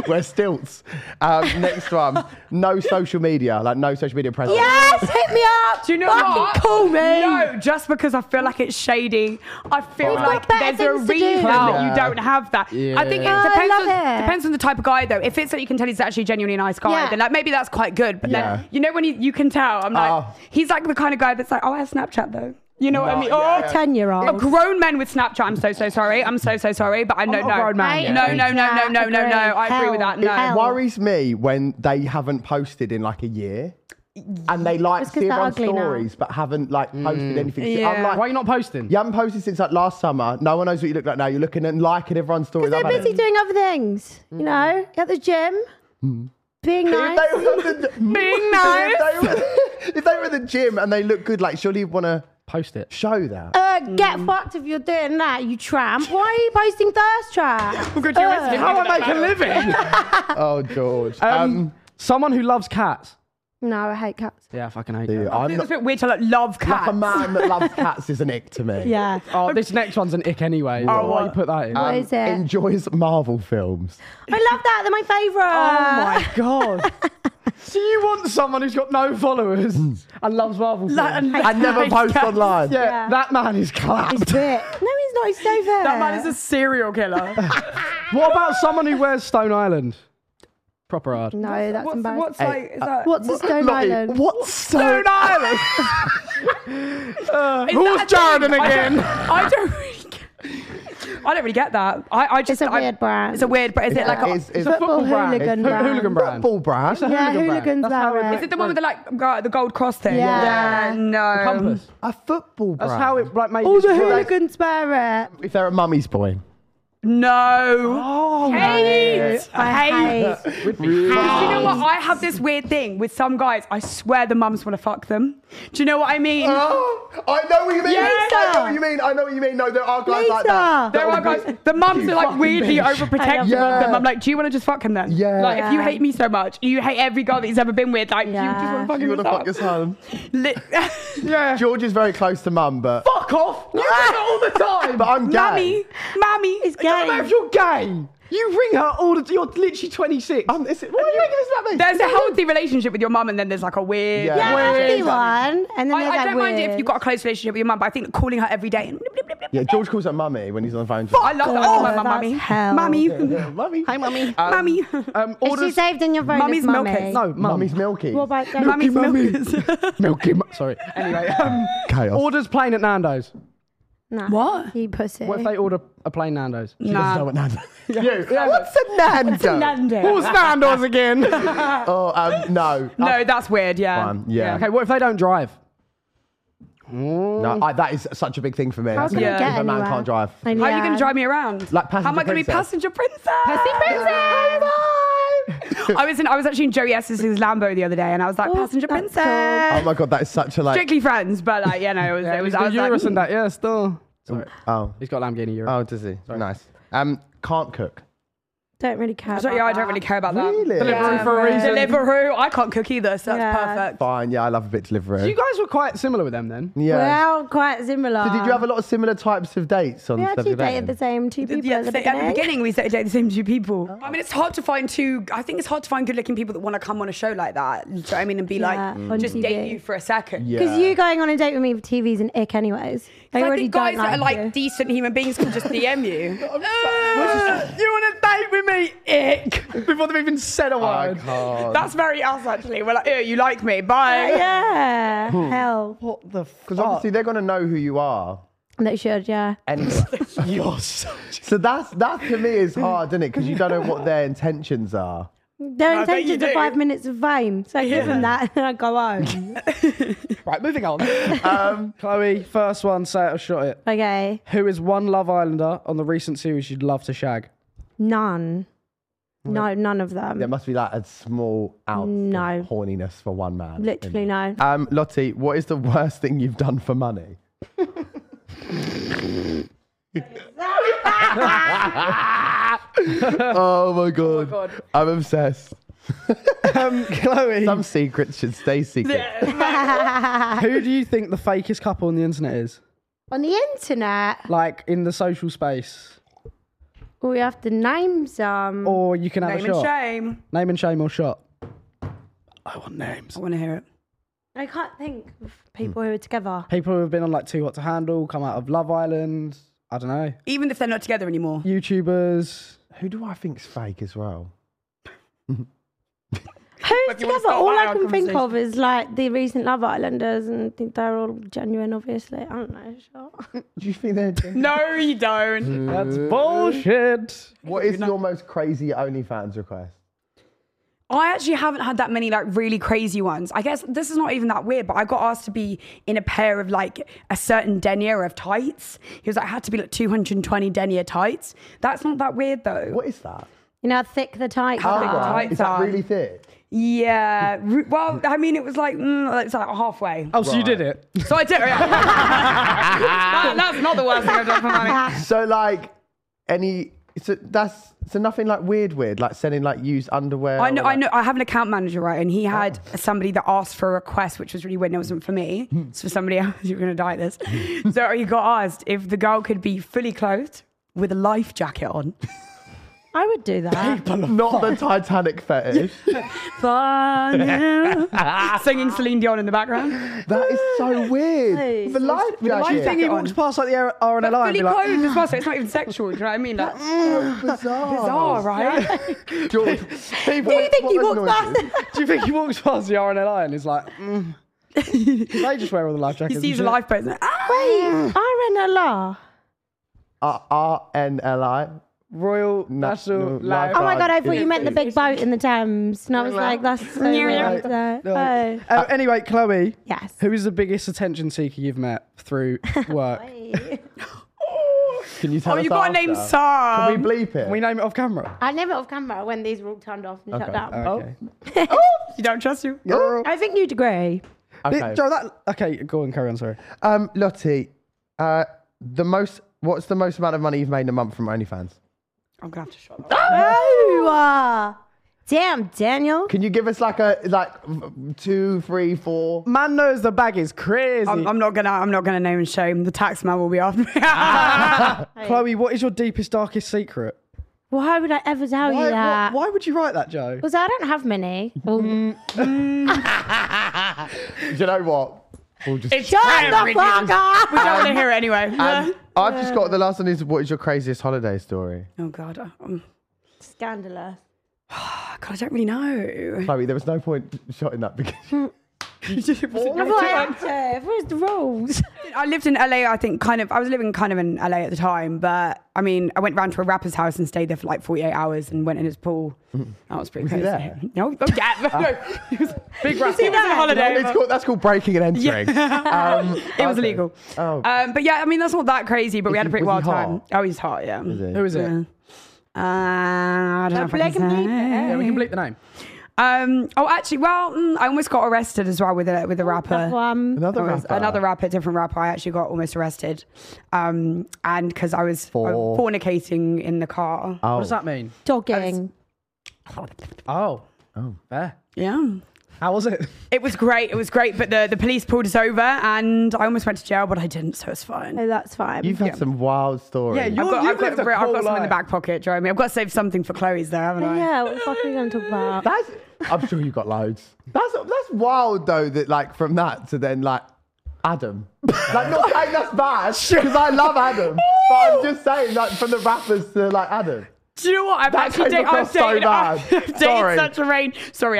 A: We're stilts. Um, next one. No social media. Like no social media presence.
D: yes, hit me up.
C: Do you know
D: Fucking
C: what?
D: call me.
C: No, just because I feel like it's shady. I feel
A: He's got
C: like
D: better
C: there's a
D: things to do.
C: reason that you
A: Yeah.
C: don't have that. I think it
D: Yeah. Oh, I
C: depends
D: love
C: on
D: it.
C: depends on the type of guy though. If it's that you can tell he's actually a genuinely nice guy,
D: Yeah.
C: then like maybe that's quite good. But
A: Yeah.
C: then you know when you, you can tell, I'm like
A: Oh.
C: he's like the kind of guy that's like, oh, I have Snapchat though. You know what I
A: No,
C: mean?
A: yeah.
C: Oh,
D: Ten year
C: A
D: old.
C: grown men with Snapchat. I'm so so sorry. I'm so so sorry, but I know
B: not a
C: no.
B: grown man
D: yet.
C: No, no, no, no, no, no, no. I agree with that.
D: Hell,
C: No.
A: It
D: hell.
A: worries me when they haven't posted in like a year. And they like
D: It's 'cause
A: see
D: they're
A: everyone's
D: ugly now.
A: stories, but haven't like posted anything. I'm
C: Yeah.
A: like,
B: Why are you not posting?
A: You haven't posted since like last summer. No one knows what you look like now. You're looking and liking everyone's story.
D: They're busy doing other things. You know, at the gym, being nice.
A: Being
C: nice.
A: If they were in the gym and they look good, like surely you'd want to
B: Post it.
A: show that.
D: Uh, get fucked if you're doing that, you tramp. Why are you posting thirst trap?
C: Good, you're risking
B: How
C: it.
B: I make a living?
A: oh, George.
B: Um,
A: Um,
B: someone who loves cats.
D: No, I hate cats.
B: Yeah, I fucking hate
A: dude,
B: cats.
A: Um, I'm
C: It's a
A: not,
C: bit weird to like love
A: like
C: cats.
A: a man that loves cats is an ick to me.
D: Yeah.
B: Oh, this next one's an ick anyway.
C: Oh,
B: I don't know why you put that in?
C: Ah.
D: What is it?
A: Um, Enjoys Marvel films.
D: I love that. They're
B: Oh
D: my favourite.
B: my god. so you want someone who's got no followers
C: Mm.
B: and loves Marvel films?
A: I never post online.
B: yeah,
D: Yeah.
B: that man is clapped.
D: Bit. No, he's not. He's so fair.
C: That man is a serial killer.
B: what about someone who wears Stone Island? Proper hard.
D: No, that's
C: what's,
D: embarrassing. uh,
C: what's like? Is that?
D: What's a stone
A: Lottie,
D: island?
A: What's so
D: Uh,
B: Island!
C: Is
B: Who's
C: that a thing?
B: Jaredin again?
C: I don't, I don't really get. I don't really get that. I, I just
D: It's a
C: I-
D: weird brand.
C: It's a weird brand. Is it like? A,
A: It's, it's
D: football
B: football brand.
D: hooligan
B: It's a
D: brand.
B: hooligan brand.
A: football brand.
D: yeah,
B: hooligan brand.
D: hooligans
B: That's how it
D: that
B: is.
C: is it the one with the like gu- the gold cross thing?
D: Yeah.
C: no.
B: Compass.
A: A football brand.
B: That's how it like made
D: All
B: its
D: the
B: way.
D: hooligans wear it.
A: If they're a mummy's boy.
C: No.
B: Oh,
C: Hate.
D: I hate.
C: Do you know what? I have this weird thing with some guys. I swear the mums want to fuck them. Do you know what I mean?
A: Oh, I know what you mean. I know what you mean. I know what you mean. No, there are guys like that.
D: Lisa.
C: there are guys. The mums are like weirdly overprotective of
A: Yeah.
C: them. I'm like, do you want to just fuck him then?
A: Yeah.
C: Like, if you
D: Yeah.
C: hate me so much, you hate every girl that he's ever been with. Like, you just
D: Yeah.
C: want to fuck
A: You
C: him
A: want to fuck your
C: yourself.
A: son?
C: Li-
B: Yeah.
A: George is very close to mum, but
B: Fuck off! You do that all the time!
A: but I'm gay.
C: Mummy, mummy, it's
B: Doesn't matter if you're gay. You ring her all the You're literally 26.
A: Um, is it, what are you making this about me?
C: There's a healthy relationship with your mum, and then there's like a weird.
A: Yeah.
D: Yeah,
A: Weird.
D: that's the one. And then
C: I,
D: there's
C: I
D: like
C: don't mind it if
D: weird.
C: you've got a close relationship with your mum, but I think calling her every day and blip, blip, blip, blip,
A: Yeah, George calls her mummy when he's on the phone.
C: I love that. Oh, my
D: that's
C: mummy.
D: hell.
C: Mummy.
A: mummy.
B: Hi, mummy.
C: Mummy.
A: uh,
B: Um,
D: Is she
B: orders.
D: saved in your phone?
C: Mummy's
D: It's mummy.
C: milk is-
B: No, mummy.
A: Mummy's milky.
D: What about that?
C: Mummy's
B: mummy.
C: milk.
B: Milky. Mu- Sorry. Anyway, um,
A: Chaos.
B: orders plain at Nando's.
D: Nah.
C: What?
D: You pussy.
B: What if they order a plain Nando's?
A: She doesn't know
C: Nah.
A: what Nando. you. What's a Nando?
C: Nando.
B: Who's Nando's again?
A: Oh, um, no.
C: No, that's weird. Yeah.
A: Fine, yeah.
B: okay, what if they don't drive?
A: No, I, that is such a big thing for me.
D: How
A: That's
D: can
A: a
D: yeah.
A: big
D: I
A: thing
C: Yeah.
D: get
A: if a man
D: anywhere?
A: can't drive.
D: I
C: How are you
D: know.
C: going to drive me around?
A: Like
C: How am I going to be
A: passenger
C: passenger princess? Oh
A: princess.
C: I was in. I was actually in Joey S's Lambo the other day, and I was like,
D: Oh,
C: passenger
D: that's
A: Oh
C: princess.
A: my god, that is such a like.
C: Strictly friends, but like, yeah, no, it was. it was
B: the
C: I was
B: Urus
C: like,
B: and that, yeah, still. Sorry.
A: Oh,
B: He's got Lamborghini Urus.
A: oh, does he? Nice. Um, can't cook.
D: Don't really care.
C: So,
D: about
C: yeah, I don't
D: that.
C: really care about that.
A: Really?
B: Delivery for a reason.
C: Deliveroo. I can't cook either, so that's
D: Yeah.
C: perfect.
A: Fine. Yeah, I love a bit delivery.
B: You guys were quite similar with them then.
A: yeah.
D: Well, quite similar.
A: so did you have a lot of similar types of dates on?
D: We actually
A: Saturday
D: dated the
A: Night?
D: same two people
C: Yeah,
D: at, the
C: so at the beginning we started dating the same two people. I mean, it's hard to find two. I think it's hard to find good-looking people that want to come on a show like that. Do you know what I mean? And be
D: Yeah,
C: like,
D: on
C: just
D: TV.
C: date you for a second.
A: Yeah.
D: Because you going on a date with me for TV's an ick, anyways. I
C: I
D: already
C: think guys
D: don't like
C: that are like
D: you.
C: decent human beings can just DM you. Uh, you want to date with me? Ick.
B: Before they've even said a
A: I
B: word.
A: can't.
C: That's very us actually. We're like, ew, you like me? Bye.
D: Uh, yeah,
C: Hmm.
D: hell,
B: What the fuck?
A: Because obviously they're gonna know who you are.
D: they should. Yeah,
A: Anyway.
B: you're such
A: so that's that to me is hard, isn't it? Because you don't know what their intentions are.
D: their
C: I bet you
D: intentions are
C: do.
D: five minutes of fame. So give them that, and I go home.
B: Right, moving on. Um, Chloe, first one, say it or shot it.
D: okay,
B: Who is one Love Islander on the recent series you'd love to shag?
D: none. No, none of them.
A: There must be like a small out
D: No.
A: of horniness for one man.
D: Literally no.
A: Um, Lottie, what is the worst thing you've done for money? oh my god. I'm obsessed.
B: Um, Chloe,
A: Some secrets should stay secret.
B: who do you think the fakest couple on the internet is?
D: On the internet,
B: Like in the social space?
D: we have um, to name some.
C: Oh.
B: Or you can have
C: Name
B: a shot.
C: and shame.
B: Name and shame or shot. I want names.
C: I want to hear it.
D: I can't think of
C: Hmm.
D: people who are together.
B: People who have been on like Too Hot to Handle, come out of Love Island. I don't know.
C: Even if they're not together anymore.
B: YouTubers.
A: Who do I think's fake as well?
D: Who's
C: If you wanna
D: together?
C: start
D: All
C: that
D: I can think
C: conversation.
D: of is like the recent Love Islanders, and think they're all genuine. Obviously, I don't know. Sure.
A: Do you think they're
C: No, you don't.
B: That's bullshit.
A: What is your most crazy OnlyFans request?
C: I actually haven't had that many like really crazy ones. I guess this is not even that weird, but I got asked to be in a pair of like a certain denier of tights. He was like, I had to be like 220 denier tights. That's not that weird though.
A: What is that?
D: You know how thick the tights
C: How
D: are.
C: big the
A: Right,
C: tights
A: is that
C: are.
A: really thick?
C: Yeah. Re- Well, I mean, it was like, mm, it's like halfway.
B: Oh, so you did it.
C: So I did. Yeah. That- that's not the worst thing I've done for money.
A: So like any so that's so nothing like weird weird like sending like used underwear.
C: I know,
A: or, like-
C: I know. I have an account manager, right? And he had somebody that asked for a request, which was really weird. And it wasn't for me. It's for somebody else. You're going to die at this. so he got asked if the girl could be fully clothed with a life jacket on.
D: I would do that.
A: Not the Titanic fetish.
C: Fun, yeah. Singing Celine Dion in the background.
A: that is so
D: Hey.
A: weird. The life
B: Do you think he
A: jacket.
B: walks past like the R- RNLI and
C: fully
B: be like,
C: clothed as well. So it's not even sexual. Do you know what I mean? Like, oh, bizarre, right?
A: George, people,
D: do you think
A: what
D: he
A: those
D: walks past?
A: noises?
B: Do you think he walks past the RNLI and is like, mm. they just wear all the life
C: He
B: jackets?
C: sees
B: and shit?
C: a lifeboat. and, Ah!
D: Wait, RNLR.
A: Uh, R N L I.
B: Royal
A: Na-
B: National
A: no, life-
B: Life.
D: Oh my god, I
A: Right,
D: thought
A: it
D: you meant the
A: is.
D: big boat in the Thames. And I was like, that's so weird.
B: No.
D: Oh.
B: Uh, anyway, Chloe,
D: Yes.
B: who is the biggest attention seeker you've met through work?
A: Can you tell
C: Oh,
A: us
C: you got to
A: after?
C: name
A: Can
C: some.
A: we bleep it?
B: we name it off camera. Oh.
D: I never off camera when these were all turned off and
A: Okay.
D: shut down.
B: Okay.
C: You don't trust you.
A: Girl.
D: I think you'd agree.
A: Okay.
B: Joe, that. Oh, Okay, go on, carry on. Sorry.
A: Um, Lottie, uh, the most. What's the most amount of money you've made in a month from OnlyFans?
C: I'm gonna have to shut up.
D: Oh, uh, damn, Daniel.
A: Can you give us like a like v- two, three, four?
B: Man knows the bag is crazy.
C: I'm, I'm not gonna. I'm not gonna name and shame. The tax man will be after me.
B: Chloe, what is your deepest, darkest secret?
D: Why would I ever tell
B: Why,
D: you that?
B: why, why would you write that, Joe?
D: Because I don't have many.
A: Do you know what? We'll just.
C: It's
D: Shut the
C: everything.
D: fuck
C: We don't
D: up!
C: want to hear it anyway.
A: And I've just got the last one is what is your craziest holiday story?
C: oh God. Um,
D: Scandalous.
C: God, I don't really know.
A: Chloe, there was no point shouting that because
D: I thought I had to. I thought it was the rules.
C: I lived in LA, I think, kind of. I was living kind of in LA at the time, but I mean, I went round to a rapper's house and stayed there for like 48 hours and went in his pool. That was pretty
A: Mm. he
C: crazy.
A: there? Ah.
C: No, oh, yeah. no. He was- Big rapper. He was on
D: there?
C: holiday.
A: it's called, that's called breaking and entering. Um,
C: It
A: okay.
C: was illegal.
A: Oh.
C: Um, but yeah, I mean, that's not that crazy, but
A: Is
C: we had
A: he-
C: a pretty
A: was
C: wild
A: he
C: time.
A: hot?
C: Oh, he's hot, yeah.
A: Is it?
B: Who is it?
C: Yeah. Uh, I don't know if I
D: Black
C: can
D: and
C: say.
D: bleep.
B: Yeah, we can bleep the name.
C: Um, oh, actually, well, mm, I almost got arrested as well with a with a
D: That's
C: rapper.
D: why I'm-
A: Another
C: There was
A: rapper.
C: Another rapper, different rapper. I actually got almost arrested, um, and because I was
A: For-
C: I was fornicating in the car.
A: Oh.
B: What does that mean?
D: Dogging.
B: Oh.
A: Oh.
B: Fair.
C: Yeah,
B: How was it?
C: it was great. It was great, but the, the police pulled us over, and I almost went to jail, but I didn't, so it's fine.
D: No, that's fine.
A: You've had some wild stories.
B: Yeah, you-
C: I've got,
B: you've
C: I've got,
B: lived a
C: I've got
B: cool
C: some in the
B: life.
C: back pocket, do you know what I mean? I've got to save something for Chloe's, though, haven't I?
D: yeah, what the fuck are we going to talk about?
A: That's, I'm sure you got loads. That's that's wild though. That like from that to then like Adam. like not saying that's bad because I love Adam, but I'm just saying like from the rappers to like Adam.
C: Do you know what? I've
A: That
C: actually
A: came
C: dated, I've
A: across so
C: dated, I've,
A: bad.
C: I've dated
A: Sorry.
C: such a range. Sorry,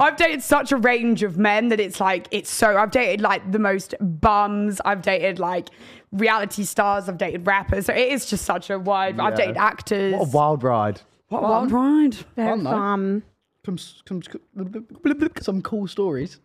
C: I've dated such a range of men that it's like it's so. I've dated like the most bums. I've dated like reality stars. I've dated rappers. So it is just such a wide. I've
A: Yeah.
C: dated actors.
A: What a wild ride.
C: What a wild ride!
D: Very
B: Fun, though.
D: fun.
B: Some, some, some cool stories.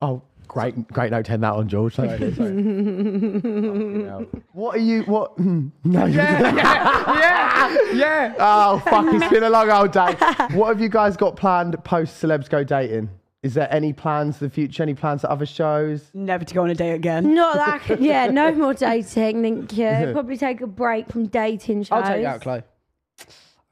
A: Oh, great, great note. Ten that on George. Thank you. Fucking hell. what are you? What? hmm, No.
B: yeah, yeah.
A: Oh fuck! It's been a long old day. What have you guys got planned post celebs go dating? Is there any plans for the future? Any plans for other shows?
C: Never to go on a date again.
D: Not that. Yeah, no more dating. Thank you. Probably take a break from dating shows.
B: I'll take you out, Chloe.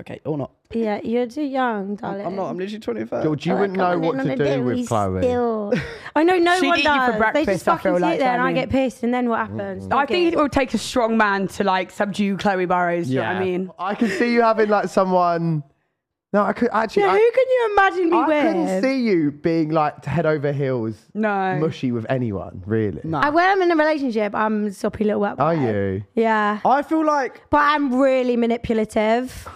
B: Okay, or not.
D: Yeah, you're too young, darling.
B: I'm not. I'm literally 25.
A: George, you
D: Like,
A: wouldn't know
D: I'm not
A: what
D: on
A: to
D: a
A: do
D: baby
A: with Chloe.
D: Still. I know no
C: She'd
D: one
C: eat you
D: does.
C: for
D: they
C: breakfast,
D: just
C: I
D: fucking
C: feel
D: sit
C: like,
D: there and I
C: Charlie.
D: get pissed, and then what happens?
C: I think it will take a strong man to like subdue Chloe Burrows. Do you know what I mean?
A: I can see you having like someone. No, I could actually.
D: Yeah,
A: I,
D: who can you imagine me
A: I couldn't
D: with?
A: see you being like head over heels,
C: No.
A: mushy with anyone, really.
B: No.
D: I, when I'm in a relationship, I'm soppy little wet.
A: Are
D: wipe.
A: you?
D: Yeah,
B: I feel like
D: but I'm really manipulative.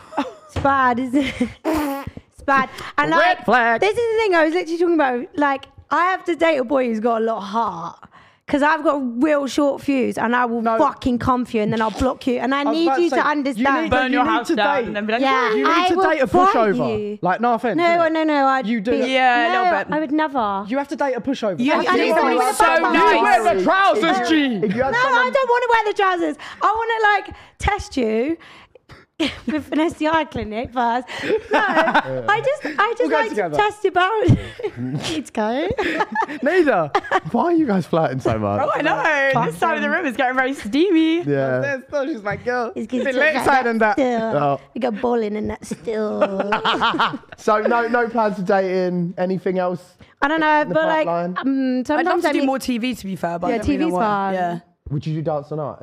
D: it's bad, isn't it? it's bad.
B: Red
D: And like,
B: flag.
D: This is the thing I was literally talking about. Like, I have to date a boy who's got a lot of heart. Because I've got a real short fuse and I will fucking come for you and then I'll block you. And I,
B: was
D: need
B: about
D: you
B: say,
D: to
B: You
D: understand.
B: need, you
C: your
B: need
C: house
B: to
C: down
B: date.
C: and then be like,
D: yeah,
B: you need
D: I
B: to
D: will
B: date a
D: fight
B: pushover.
D: you.
B: Like no offense.
D: No,
B: innit?
D: no, no. I'd
B: You do
D: be-
B: that.
C: Yeah, a
D: no,
C: little bit.
D: I would never.
B: You have to date a pushover.
C: Yeah,
D: I need
C: you
D: someone
C: are
D: with a
C: so
D: backbone. You
C: nice.
D: wear
B: the trousers, G.
A: If you had
D: no,
A: someone-
D: I don't want to wear the trousers. I want to like test you with an STI clinic first. No, I just, I just
B: go
D: like to
B: together.
D: test your boundaries. Let's go.
B: Neither.
A: Why are you guys flirting so much?
C: Oh, I know. This side of the room is getting very steamy.
A: Yeah.
B: That's- She's my girl.
D: It's
B: Been late signing that.
D: Still.
A: Oh.
D: We go bowling in that still.
A: So no, no plans for dating. Anything else?
D: I don't know,
A: the
D: but like,
A: pipeline.
D: um,
C: I'd
D: sometimes
C: love to
D: I
C: do
D: mean-
C: more TV, to be fair, but I
D: Yeah,
C: don't really know
D: TV's
C: what-
D: fun.
C: Yeah.
A: Would you do dance on ice?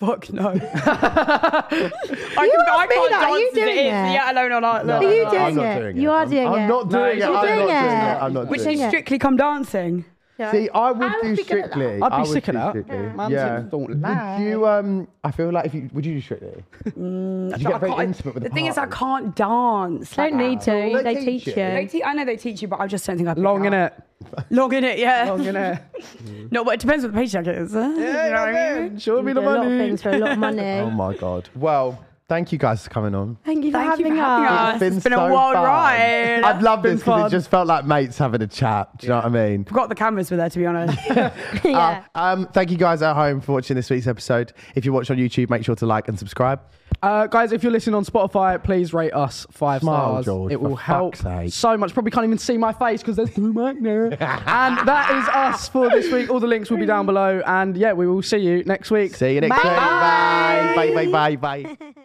C: Fuck no. I
D: You
C: can, I
D: asked me
C: can't
D: that. Are
C: dance
D: you
C: as it
D: doing
C: is,
D: it?
C: Yeah, alone on art.
A: No,
D: Are you
A: no,
D: doing
A: I'm not
D: it?
A: doing
D: You are
A: I'm-
D: doing
A: I'm
D: it.
A: not doing it.
B: you're
A: I'm
D: doing
A: not doing
D: it.
A: it. I'm not
C: Which
A: doing
C: is
A: it.
D: Yeah.
C: strictly come dancing.
A: See, I would
D: I
A: do
D: would be good at that.
A: strictly.
B: I'd be
A: I would
B: sick
A: do
B: of that.
A: Strictly.
B: Man, don't
A: Would
B: lie.
A: you? Um, I feel like if you would you do strictly? Did you
C: So Mm, I
A: get very
C: can't-
A: intimate with
C: the
A: the
C: thing is, I
A: partner?
C: can't dance.
D: Don't need to.
A: Well,
D: they teach you.
C: They te- I know they teach you, but I just don't think I.
B: Long in it.
C: Long in it, yeah.
B: Long in it.
C: No, but it depends what the paycheck is. Yeah, you know what I mean?
B: Show me
D: You
B: the
D: do a lot of
B: money.
D: things for a lot of money.
A: Oh my god. Well, thank you guys for coming on.
D: Thank you for
C: Thank you
D: having
C: for
D: us.
C: having us. It's Uh, been a wild ride.
A: I've loved this because
B: fun.
A: it just felt like mates having a chat. Do you know what I mean?
C: Forgot the cameras were there, to be honest.
D: yeah.
A: Uh, um, thank you guys at home for watching this week's episode. If you watch on YouTube, make sure to like and subscribe.
B: Uh, guys, if you're listening on Spotify, please rate us five
A: Smile,
B: stars.
A: George,
B: it will
A: for
B: help
A: fuck's sake.
B: so much. Probably can't even see my face because there's no mic now. and that is us for this week. All the links will be down below. And yeah, we will see you next week.
A: See you next time. Bye. Bye. Bye. Bye. Bye.